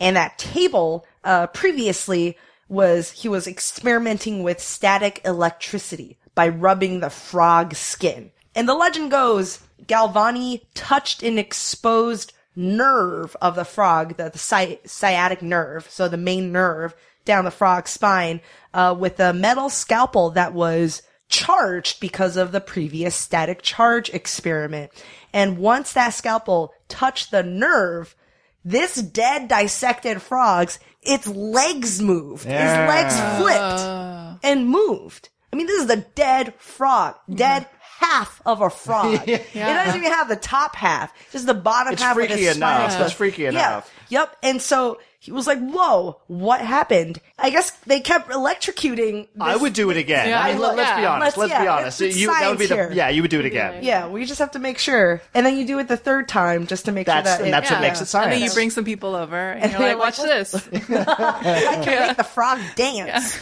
Speaker 2: and that table uh, previously was he was experimenting with static electricity by rubbing the frog skin. And the legend goes Galvani touched an exposed nerve of the frog, the, the sci- sciatic nerve, so the main nerve down the frog's spine, uh, with a metal scalpel that was charged because of the previous static charge experiment. And once that scalpel touched the nerve, this dead dissected frog's its legs moved.
Speaker 3: Yeah.
Speaker 2: His legs flipped and moved. I mean, this is the dead frog, dead half of a frog. It doesn't even have the top half, just the bottom
Speaker 3: It's
Speaker 2: half of
Speaker 3: freaky
Speaker 2: the spinal
Speaker 3: enough.
Speaker 2: cord.
Speaker 3: It's freaky
Speaker 2: Yeah.
Speaker 3: enough.
Speaker 2: Yep. And so he was like, "Whoa, what happened?" I guess they kept electrocuting. This.
Speaker 3: I would do it again.
Speaker 4: Yeah,
Speaker 3: I- let, us be
Speaker 4: yeah.
Speaker 3: honest.
Speaker 2: Let's-
Speaker 3: Let's, be
Speaker 2: yeah,
Speaker 3: honest.
Speaker 2: it's- it's
Speaker 3: you, that would be the,
Speaker 2: science here.
Speaker 3: Yeah, you would do it again.
Speaker 2: Yeah, we just have to make sure, and then you do it the third time just to make
Speaker 3: That's-
Speaker 2: sure that
Speaker 3: and
Speaker 2: it,
Speaker 3: that's what makes it science.
Speaker 4: And then you bring some people over and, you're
Speaker 2: they're
Speaker 4: like, watch
Speaker 2: like,
Speaker 4: this.
Speaker 2: I can make the frog dance.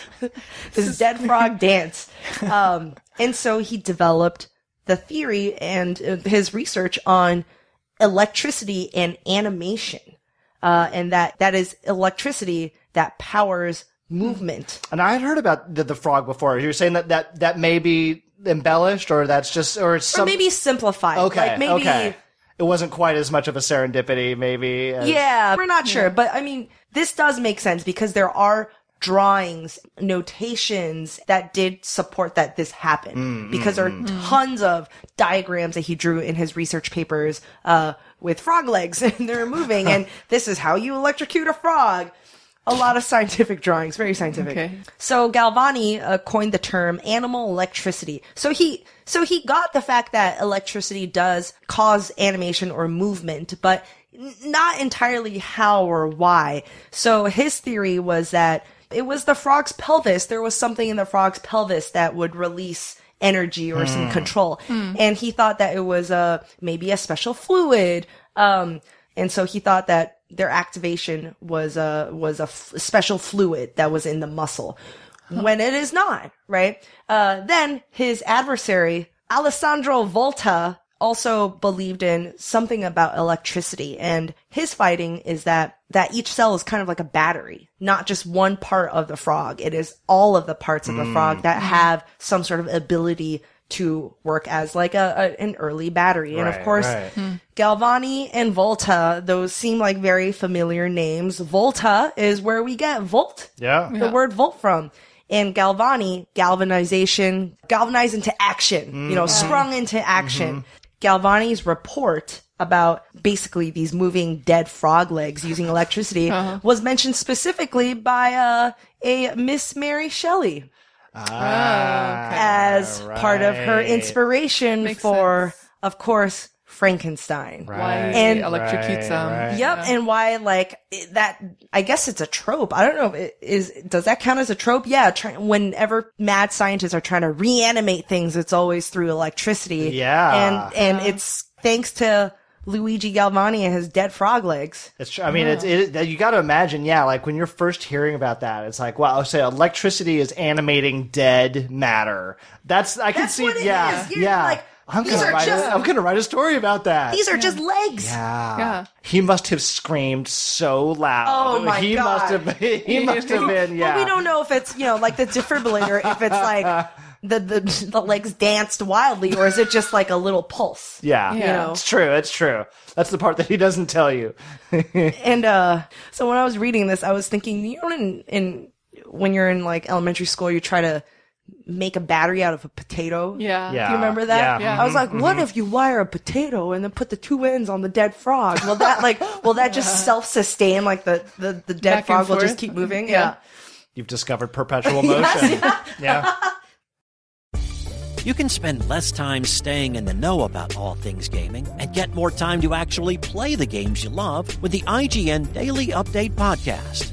Speaker 2: this dead frog dance. Um, and so he developed the theory and uh, his research on electricity and animation, uh, and that that is electricity that powers movement.
Speaker 3: And I had heard about the, the frog before. You were saying that, that that may be embellished or that's just or it's
Speaker 2: Or
Speaker 3: some
Speaker 2: maybe simplified.
Speaker 3: okay,
Speaker 2: Like maybe
Speaker 3: okay. It wasn't quite as much of a serendipity, maybe. as-
Speaker 2: Yeah, we're not sure, but I mean, this does make sense because there are drawings, notations that did support that this happened because there are tons of diagrams that he drew in his research papers, uh, with frog legs and they're moving and this is how you electrocute a frog. A lot of scientific drawings, very scientific.
Speaker 4: Okay.
Speaker 2: So Galvani uh, coined the term animal electricity. So he so he got the fact that electricity does cause animation or movement, but n- not entirely how or why. So his theory was that it was the frog's pelvis. There was something in the frog's pelvis that would release energy or some control. And he thought that it was a maybe a special fluid. Um, and so he thought that their activation was a was a f- special fluid that was in the muscle when it is not right uh, then his adversary alessandro volta also believed in something about electricity and his fighting is that that each cell is kind of like a battery not just one part of the frog it is all of the parts of the
Speaker 3: Mm.
Speaker 2: frog that have some sort of ability to work as like a, a an early battery and of
Speaker 3: Right,
Speaker 2: course
Speaker 3: right.
Speaker 2: Galvani and Volta, those seem like very familiar names. Volta is where we get volt,
Speaker 3: Yeah.
Speaker 2: the word volt from. And Galvani, galvanization, galvanized into action, you know,
Speaker 4: Mm-hmm.
Speaker 2: sprung into action. Galvani's report about basically these moving dead frog legs using electricity
Speaker 4: Uh-huh.
Speaker 2: was mentioned specifically by uh, a Miss Mary Shelley as part of her
Speaker 3: ah, right.
Speaker 2: inspiration
Speaker 4: Makes
Speaker 2: for,
Speaker 4: sense.
Speaker 2: of course, Frankenstein.
Speaker 4: Why
Speaker 2: And-
Speaker 4: he electrocutes them.
Speaker 2: Yep, and why like it- that? I guess it's a trope. I don't know. If it is does that count as a trope? Yeah. Try, whenever mad scientists are trying to reanimate things, it's always through electricity.
Speaker 3: Yeah.
Speaker 2: and and it's thanks to Luigi Galvani and his dead frog legs.
Speaker 3: It's true. I mean, it's it, that- you got to imagine, yeah. Like when you're first hearing about that, it's like, wow. So electricity is animating dead matter. That's I can
Speaker 2: That's
Speaker 3: see.
Speaker 2: what it
Speaker 3: yeah,
Speaker 2: is. You're
Speaker 3: yeah.
Speaker 2: like,
Speaker 3: I'm
Speaker 2: these
Speaker 3: gonna
Speaker 2: are
Speaker 3: write.
Speaker 2: just-
Speaker 3: a, I'm gonna write a story about that.
Speaker 2: These are just legs.
Speaker 3: Yeah.
Speaker 4: Yeah.
Speaker 3: He must have screamed so loud.
Speaker 2: Oh, my
Speaker 3: he
Speaker 2: God.
Speaker 3: Must have, he must have been. Yeah.
Speaker 2: But we don't know if it's you know like the defibrillator, if it's like the the the legs danced wildly, or is it just like a little pulse?
Speaker 3: Yeah.
Speaker 4: You know.
Speaker 3: It's true. It's true. That's the part that he doesn't tell you.
Speaker 2: And uh, so when I was reading this, I was thinking, you know, in, in when you're in like elementary school, you try to make a battery out of a potato.
Speaker 4: Yeah.
Speaker 3: Yeah.
Speaker 2: Do you remember that?
Speaker 3: Yeah. Mm-hmm.
Speaker 2: I was like, what if you wire a potato and then put the two ends on the dead frog? Will that like will that just self sustain? Like the the, the dead
Speaker 4: Back and
Speaker 2: frog will just
Speaker 4: forth.
Speaker 2: keep moving?
Speaker 4: Yeah.
Speaker 3: You've discovered perpetual motion. yeah.
Speaker 6: You can spend less time staying in the know about all things gaming and get more time to actually play the games you love with the IGN Daily Update Podcast.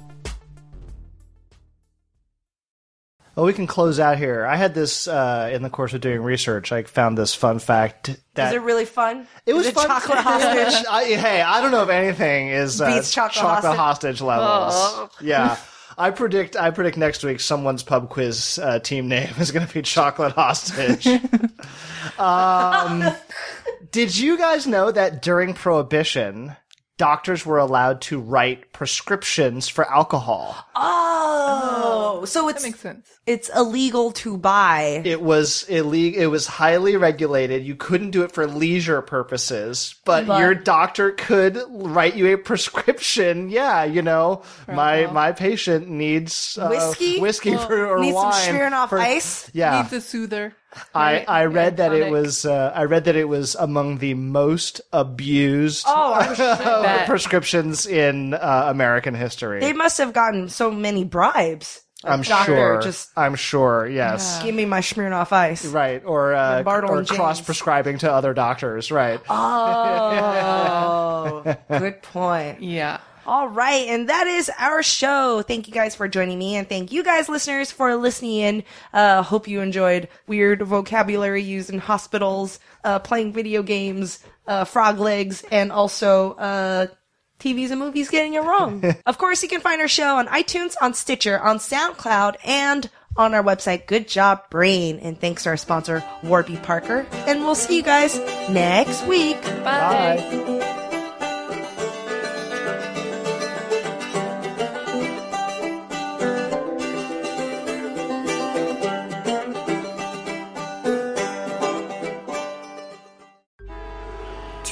Speaker 3: Well, Oh, we can close out here. I had this uh, in the course of doing research. I found this fun fact
Speaker 2: Yeah.
Speaker 3: that
Speaker 2: Is it really fun?
Speaker 3: It was
Speaker 2: Is
Speaker 3: fun.
Speaker 2: chocolate hostage.
Speaker 3: I, hey, I don't know if anything is uh,
Speaker 2: Beats chocolate hostage.
Speaker 3: levels.
Speaker 4: Oh.
Speaker 3: Yeah. I predict. I predict next week someone's pub quiz uh, team name is going to be Chocolate Hostage. um, did you guys know that during Prohibition, doctors were allowed to write prescriptions for alcohol?
Speaker 2: Oh, so
Speaker 4: That
Speaker 2: it's
Speaker 4: makes sense.
Speaker 2: it's illegal to buy.
Speaker 3: It was illegal. It was highly regulated. You couldn't do it for leisure purposes, but, your doctor could write you a prescription. Yeah, you know, my my patient needs uh,
Speaker 2: Whiskey?
Speaker 3: whiskey for, or
Speaker 2: Need some
Speaker 3: wine.
Speaker 2: Smirnoff
Speaker 3: for-
Speaker 2: ice.
Speaker 3: Yeah,
Speaker 4: Needs a soother.
Speaker 3: I, I read that it
Speaker 4: Tonic.
Speaker 3: was uh, I read that it was among the most abused uh,
Speaker 2: Oh, I'm
Speaker 4: bet.
Speaker 3: prescriptions in uh, American history.
Speaker 2: They must have gotten so many bribes.
Speaker 3: I'm
Speaker 2: Doctor,
Speaker 3: sure.
Speaker 2: Just
Speaker 3: I'm sure. Yes.
Speaker 2: give me my Smirnoff ice.
Speaker 3: Right, or uh,
Speaker 2: Bartle
Speaker 3: or
Speaker 2: and James.
Speaker 3: cross prescribing to other doctors, right?
Speaker 2: Oh, good point.
Speaker 4: Yeah.
Speaker 2: All right, and that is our show. Thank you guys for joining me, and thank you guys, listeners, for listening in. Uh, hope you enjoyed weird vocabulary used in hospitals, uh, playing video games, uh, frog legs, and also uh, TVs and movies getting it wrong. of course, you can find our show on iTunes, on Stitcher, on SoundCloud, and on our website, Good Job Brain. And thanks to our sponsor, Warby Parker. And we'll see you guys next week.
Speaker 4: Bye.